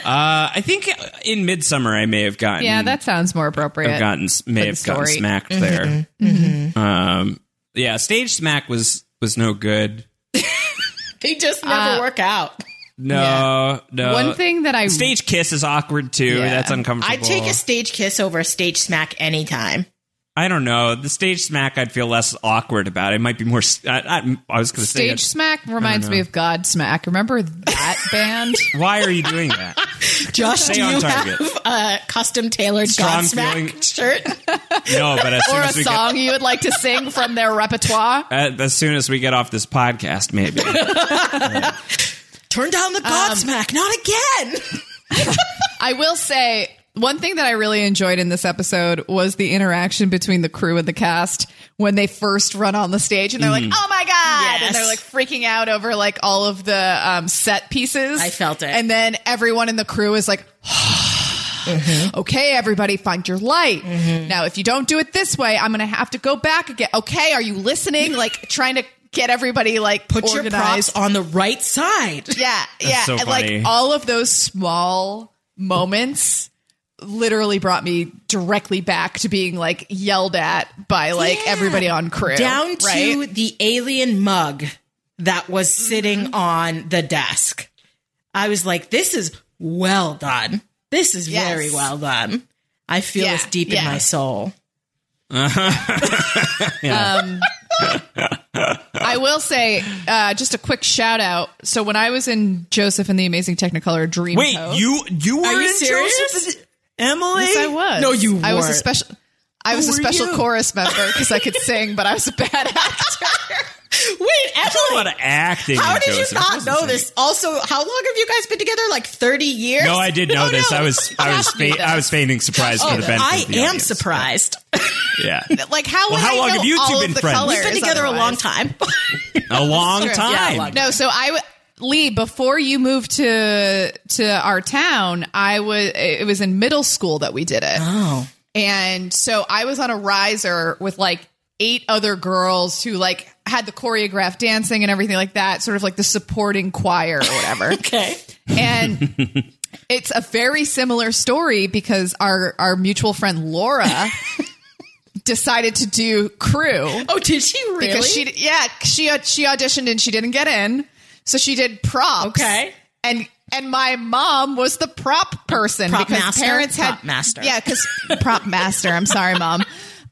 [SPEAKER 1] Uh, I think in Midsummer I may have gotten.
[SPEAKER 2] Yeah, that sounds more appropriate.
[SPEAKER 1] have gotten may
[SPEAKER 2] the
[SPEAKER 1] have gotten
[SPEAKER 2] story. Mm-hmm.
[SPEAKER 1] smacked there. Um, yeah, stage smack was was no good.
[SPEAKER 3] They just never work out.
[SPEAKER 1] No, no.
[SPEAKER 2] One thing that I
[SPEAKER 1] stage kiss is awkward too.
[SPEAKER 2] Yeah.
[SPEAKER 1] That's uncomfortable.
[SPEAKER 3] I'd take a stage kiss over a stage smack anytime.
[SPEAKER 1] I don't know. The stage smack, I'd feel less awkward about. It might be more. s- I, I- I was going to say.
[SPEAKER 2] stage
[SPEAKER 1] that-
[SPEAKER 2] smack reminds me of God Smack. Remember that band?
[SPEAKER 1] Why are you doing that?
[SPEAKER 3] Josh,
[SPEAKER 1] Stay
[SPEAKER 3] do
[SPEAKER 1] on
[SPEAKER 3] you
[SPEAKER 1] target.
[SPEAKER 3] have a custom tailored
[SPEAKER 1] Strong
[SPEAKER 3] Godsmack
[SPEAKER 1] feeling.
[SPEAKER 3] shirt?
[SPEAKER 1] No, but as soon
[SPEAKER 2] or a
[SPEAKER 1] as we
[SPEAKER 2] song you would like to sing from their repertoire?
[SPEAKER 1] get uh, as soon as we get off this podcast, maybe.
[SPEAKER 3] Turn down the Godsmack, not again.
[SPEAKER 2] I will say one thing that I really enjoyed in this episode was the interaction between the crew and the cast when they first run on the stage and they're like, "Oh my god!"
[SPEAKER 3] Mm. Yes.
[SPEAKER 2] and they're like freaking out over like all of the um, set pieces.
[SPEAKER 3] I felt it.
[SPEAKER 2] and then everyone in the crew is like. Okay, everybody, find your light. Now, if you don't do it this way, I'm going to have to go back again. Okay, are you listening? Like trying to get everybody like
[SPEAKER 3] Put your props
[SPEAKER 2] organized.
[SPEAKER 3] on the right side.
[SPEAKER 2] Yeah, yeah.
[SPEAKER 1] so
[SPEAKER 2] and,
[SPEAKER 1] funny.
[SPEAKER 2] Like all of those small moments literally brought me directly back to being like yelled at by like
[SPEAKER 3] Yeah.
[SPEAKER 2] everybody on crew.
[SPEAKER 3] Down to
[SPEAKER 2] right?
[SPEAKER 3] the alien mug that was sitting on the desk. I was like, this is well done. This is
[SPEAKER 2] Yes.
[SPEAKER 3] very well done. I feel
[SPEAKER 2] Yeah,
[SPEAKER 3] this deep in
[SPEAKER 2] yeah.
[SPEAKER 3] my soul.
[SPEAKER 2] Um, I will say uh, just a quick shout out. So when I was in Joseph and the Amazing Technicolor Dream,
[SPEAKER 1] Wait,
[SPEAKER 2] Coat-
[SPEAKER 1] you you were
[SPEAKER 3] Are you
[SPEAKER 1] in
[SPEAKER 3] serious?
[SPEAKER 1] Joseph? Emily?
[SPEAKER 2] Yes, I was.
[SPEAKER 3] No, you
[SPEAKER 2] I was a
[SPEAKER 3] weren't.
[SPEAKER 2] special. I was a
[SPEAKER 1] were
[SPEAKER 2] special
[SPEAKER 1] you?
[SPEAKER 2] chorus member because I could sing, but I was a bad actor.
[SPEAKER 3] Wait,
[SPEAKER 1] A lot
[SPEAKER 3] Emily,
[SPEAKER 1] of acting.
[SPEAKER 3] how
[SPEAKER 1] in
[SPEAKER 3] did
[SPEAKER 1] Joseph.
[SPEAKER 3] you not
[SPEAKER 1] Wasn't
[SPEAKER 3] know
[SPEAKER 1] singing.
[SPEAKER 3] this? Also, how long have you guys been together? Like 30 years?
[SPEAKER 1] No, I did know
[SPEAKER 3] Oh,
[SPEAKER 1] this.
[SPEAKER 3] no.
[SPEAKER 1] I was I was
[SPEAKER 2] knew
[SPEAKER 1] fa-
[SPEAKER 2] this.
[SPEAKER 1] I was feigning surprise
[SPEAKER 3] Oh,
[SPEAKER 1] for the benefit.
[SPEAKER 3] I
[SPEAKER 1] of the
[SPEAKER 3] am
[SPEAKER 1] audience.
[SPEAKER 3] surprised.
[SPEAKER 1] Yeah,
[SPEAKER 2] Like how?
[SPEAKER 1] Well,
[SPEAKER 2] would
[SPEAKER 1] how
[SPEAKER 2] I
[SPEAKER 1] long
[SPEAKER 2] know
[SPEAKER 1] have you two
[SPEAKER 2] all of
[SPEAKER 1] been
[SPEAKER 2] the
[SPEAKER 1] friends? We've
[SPEAKER 3] We've
[SPEAKER 2] colors
[SPEAKER 3] been together a long
[SPEAKER 2] otherwise?
[SPEAKER 3] time.
[SPEAKER 1] a long
[SPEAKER 2] Sure. Yeah,
[SPEAKER 1] time.
[SPEAKER 3] long
[SPEAKER 2] No, so I w- Lee before you moved to to our town, I was it was in middle school that we did it.
[SPEAKER 3] Oh.
[SPEAKER 2] And so I was on a riser with like eight other girls who like had the choreographed dancing and everything like that, sort of like the supporting choir or whatever.
[SPEAKER 3] Okay.
[SPEAKER 2] and it's a very similar story because our our mutual friend Laura decided to do crew
[SPEAKER 3] Oh, did she really?
[SPEAKER 2] because she yeah she she auditioned and she didn't get in so she did props
[SPEAKER 3] Okay.
[SPEAKER 2] and and my mom was the prop person
[SPEAKER 3] Prop
[SPEAKER 2] because
[SPEAKER 3] master?
[SPEAKER 2] parents had
[SPEAKER 3] Prop master.
[SPEAKER 2] yeah because prop master i'm sorry mom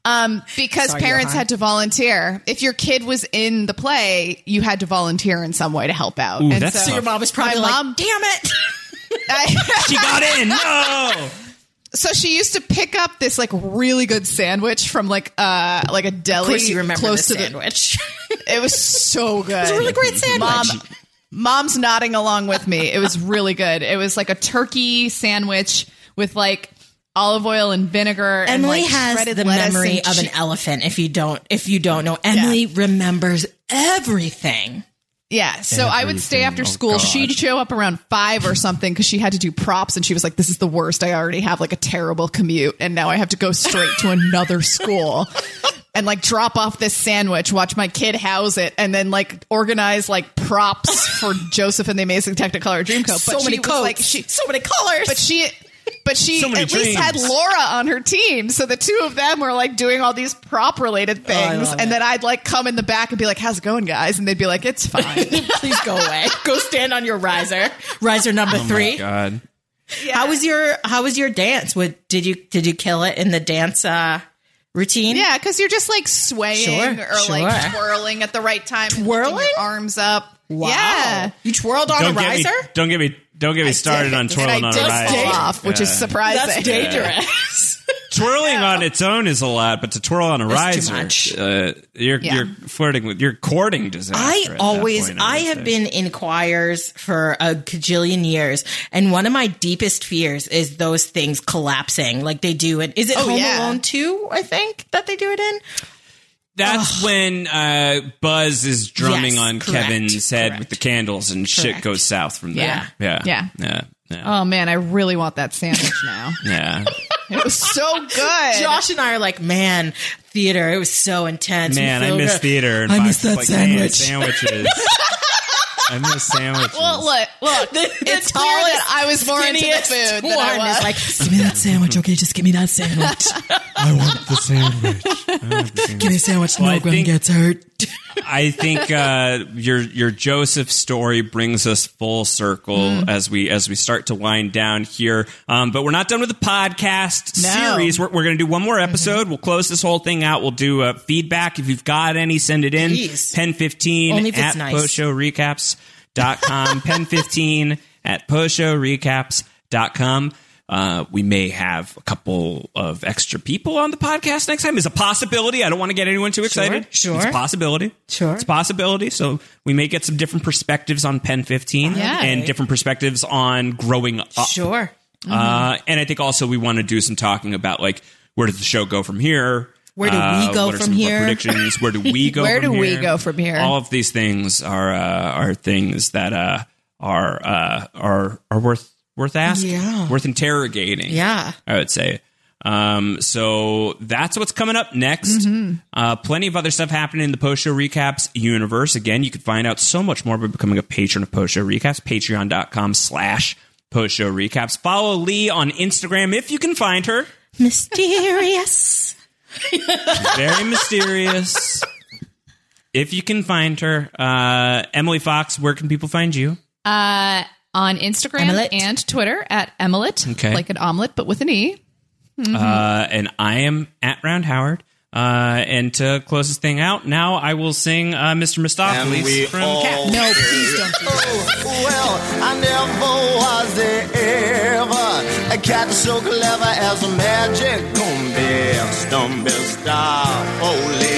[SPEAKER 2] um, because
[SPEAKER 3] Sorry,
[SPEAKER 2] parents
[SPEAKER 3] Johan.
[SPEAKER 2] had to volunteer if your kid was in the play you had to volunteer in some way to help out
[SPEAKER 1] Ooh, that's
[SPEAKER 3] So your mom was probably
[SPEAKER 2] My
[SPEAKER 3] like,
[SPEAKER 2] mom-
[SPEAKER 3] damn it.
[SPEAKER 2] I-
[SPEAKER 1] She got in.
[SPEAKER 3] Oh
[SPEAKER 1] No.
[SPEAKER 2] so she used to pick up this like really good sandwich from like uh like a deli
[SPEAKER 3] Of course, you remember
[SPEAKER 2] close
[SPEAKER 3] the
[SPEAKER 2] to
[SPEAKER 3] sandwich.
[SPEAKER 2] the it was so good
[SPEAKER 3] it's a really great sandwich.
[SPEAKER 2] Mom, mom's nodding along with me. It was really good. It was like a turkey sandwich with like olive oil and vinegar.
[SPEAKER 3] Emily
[SPEAKER 2] and like
[SPEAKER 3] has
[SPEAKER 2] shredded
[SPEAKER 3] the
[SPEAKER 2] lettuce
[SPEAKER 3] memory
[SPEAKER 2] and
[SPEAKER 3] of an
[SPEAKER 2] che-
[SPEAKER 3] elephant. If you don't, if you don't know, Emily remembers everything.
[SPEAKER 2] yeah. So I would stay
[SPEAKER 1] Everything.
[SPEAKER 2] after
[SPEAKER 1] Oh,
[SPEAKER 2] school.
[SPEAKER 1] God.
[SPEAKER 2] She'd show up around five or something because she had to do props, and she was like, "This is the worst. I already have like a terrible commute, and now I have to go straight to another school." And like drop off this sandwich, watch my kid house it, and then like organize like props for Joseph and the Amazing Technicolor Dreamcoat.
[SPEAKER 3] so many coats,
[SPEAKER 2] like she
[SPEAKER 3] so many colors.
[SPEAKER 2] but she but she
[SPEAKER 1] So many
[SPEAKER 2] at least had
[SPEAKER 1] dreams.
[SPEAKER 2] Laura on her team, so the two of them were like doing all these prop related
[SPEAKER 3] Oh, I
[SPEAKER 2] things,
[SPEAKER 3] love
[SPEAKER 2] and
[SPEAKER 3] it.
[SPEAKER 2] then I'd like come in the back and be like, "How's it going, guys?" And they'd be like, "It's fine."
[SPEAKER 3] Please go away. go stand on your riser. Riser number three.
[SPEAKER 1] Oh God.
[SPEAKER 3] How was your How was your dance? What did you Did you kill it in the dance uh, routine?
[SPEAKER 2] yeah, because you're just like swaying
[SPEAKER 3] Sure,
[SPEAKER 2] or like
[SPEAKER 3] sure.
[SPEAKER 2] twirling at the right time, and
[SPEAKER 3] Twirling?
[SPEAKER 2] lifting your arms up.
[SPEAKER 3] Wow.
[SPEAKER 2] Yeah.
[SPEAKER 3] You twirled on
[SPEAKER 1] Don't
[SPEAKER 3] a
[SPEAKER 1] get me.
[SPEAKER 3] riser.
[SPEAKER 1] Don't get me. Don't get me started on
[SPEAKER 2] and
[SPEAKER 1] twirling
[SPEAKER 2] I
[SPEAKER 1] on a
[SPEAKER 2] did
[SPEAKER 1] riser.
[SPEAKER 2] fall off, which is
[SPEAKER 1] Yeah.
[SPEAKER 2] surprising.
[SPEAKER 3] That's dangerous.
[SPEAKER 1] Twirling on its own is a lot, but to twirl on a
[SPEAKER 3] That's too
[SPEAKER 1] riser,
[SPEAKER 3] much.
[SPEAKER 1] Uh, you're
[SPEAKER 2] Yeah.
[SPEAKER 1] you're flirting with you're courting disaster. at
[SPEAKER 3] I
[SPEAKER 1] that
[SPEAKER 3] always,
[SPEAKER 1] point,
[SPEAKER 3] I
[SPEAKER 1] would
[SPEAKER 3] have
[SPEAKER 1] say.
[SPEAKER 3] been in choirs for a cajillion years, and one of my deepest fears is those things collapsing, like they do. And is it Home
[SPEAKER 2] Oh, yeah.
[SPEAKER 3] Alone two? I think that they do it in.
[SPEAKER 1] that's when uh, Buzz is drumming
[SPEAKER 3] Yes,
[SPEAKER 1] on
[SPEAKER 3] correct,
[SPEAKER 1] Kevin's head with
[SPEAKER 3] correct.
[SPEAKER 1] the candles, and shit
[SPEAKER 3] Correct.
[SPEAKER 1] goes south from there. yeah,
[SPEAKER 2] Yeah. Yeah.
[SPEAKER 1] yeah, yeah.
[SPEAKER 2] Oh man, I really want that sandwich now.
[SPEAKER 1] yeah.
[SPEAKER 2] it was so good.
[SPEAKER 3] Josh and I are like, man, theater. It was so intense. We
[SPEAKER 1] Man, I
[SPEAKER 3] feel
[SPEAKER 1] miss
[SPEAKER 3] good."
[SPEAKER 1] theater. And
[SPEAKER 3] I
[SPEAKER 1] box-
[SPEAKER 3] miss that
[SPEAKER 1] like, man,
[SPEAKER 3] sandwich.
[SPEAKER 1] Sandwiches. I miss sandwiches.
[SPEAKER 2] Well, look, look. it's
[SPEAKER 3] the
[SPEAKER 2] clear that
[SPEAKER 3] tallest,
[SPEAKER 2] I was more into the
[SPEAKER 3] skinniest
[SPEAKER 2] food than I
[SPEAKER 3] one
[SPEAKER 2] was.
[SPEAKER 3] is like, give me that sandwich, okay? Just give me that sandwich.
[SPEAKER 1] I want the sandwich.
[SPEAKER 3] Give me a sandwich.
[SPEAKER 1] Well, I
[SPEAKER 3] no one
[SPEAKER 1] think-
[SPEAKER 3] gets hurt.
[SPEAKER 1] I think uh, your your Joseph story brings us full circle
[SPEAKER 3] Hmm.
[SPEAKER 1] as we as we start to wind down here. Um, but we're not done with the podcast
[SPEAKER 2] No.
[SPEAKER 1] series. We're, we're going to do one more
[SPEAKER 3] Mm-hmm.
[SPEAKER 1] episode. We'll close this whole thing out. We'll do uh, feedback if you've got any. Send it in.
[SPEAKER 3] Jeez.
[SPEAKER 1] Pen fifteen
[SPEAKER 3] Only if it's
[SPEAKER 1] at
[SPEAKER 3] nice.
[SPEAKER 1] postshowrecaps.com. Pen fifteen at postshowrecaps.com. Uh, we may have a couple of extra people on the podcast next time. Is a possibility. I don't want to get anyone too excited.
[SPEAKER 3] sure.
[SPEAKER 1] It's a possibility.
[SPEAKER 3] Sure.
[SPEAKER 1] It's a possibility. So we may get some different perspectives on Pen 15
[SPEAKER 2] Yeah.
[SPEAKER 1] and different perspectives on growing up.
[SPEAKER 3] Sure. Mm-hmm.
[SPEAKER 1] Uh, and I think also we want to do some talking about like where does the show go from here?
[SPEAKER 3] Where do we
[SPEAKER 1] Uh,
[SPEAKER 3] go
[SPEAKER 1] what are
[SPEAKER 3] from
[SPEAKER 1] some of our
[SPEAKER 3] here?
[SPEAKER 1] Predictions. Where do we go?
[SPEAKER 2] Where
[SPEAKER 1] from
[SPEAKER 2] do we
[SPEAKER 1] here?
[SPEAKER 2] go from here?
[SPEAKER 1] All of these things are uh, are things that uh, are uh, are are worth worth asking,
[SPEAKER 3] Yeah.
[SPEAKER 1] worth interrogating.
[SPEAKER 3] Yeah.
[SPEAKER 1] I would say. Um, so that's what's coming up next. Uh, plenty of other stuff happening in the post show recaps universe. Again, you can find out so much more by becoming a patron of post show recaps, patreon.com slash post show recaps. Follow Lee on Instagram if you can find her.
[SPEAKER 3] Mysterious.
[SPEAKER 1] Very mysterious. If you can find her, uh, Emily Fox, where can people find you?
[SPEAKER 2] uh, on Instagram
[SPEAKER 3] Emilet.
[SPEAKER 2] and Twitter at Emilet,
[SPEAKER 1] Okay.
[SPEAKER 2] like an omelet but with an e.
[SPEAKER 1] Uh, and I am at Round Howard. Uh, and to close this thing out, now I will sing uh, Mr. Mistopheles
[SPEAKER 4] And we
[SPEAKER 1] from
[SPEAKER 4] all-
[SPEAKER 1] Cats.
[SPEAKER 2] No, please don't. Do that.
[SPEAKER 4] Well, I never was there ever a cat so clever as a magic combi. Stumble star, holy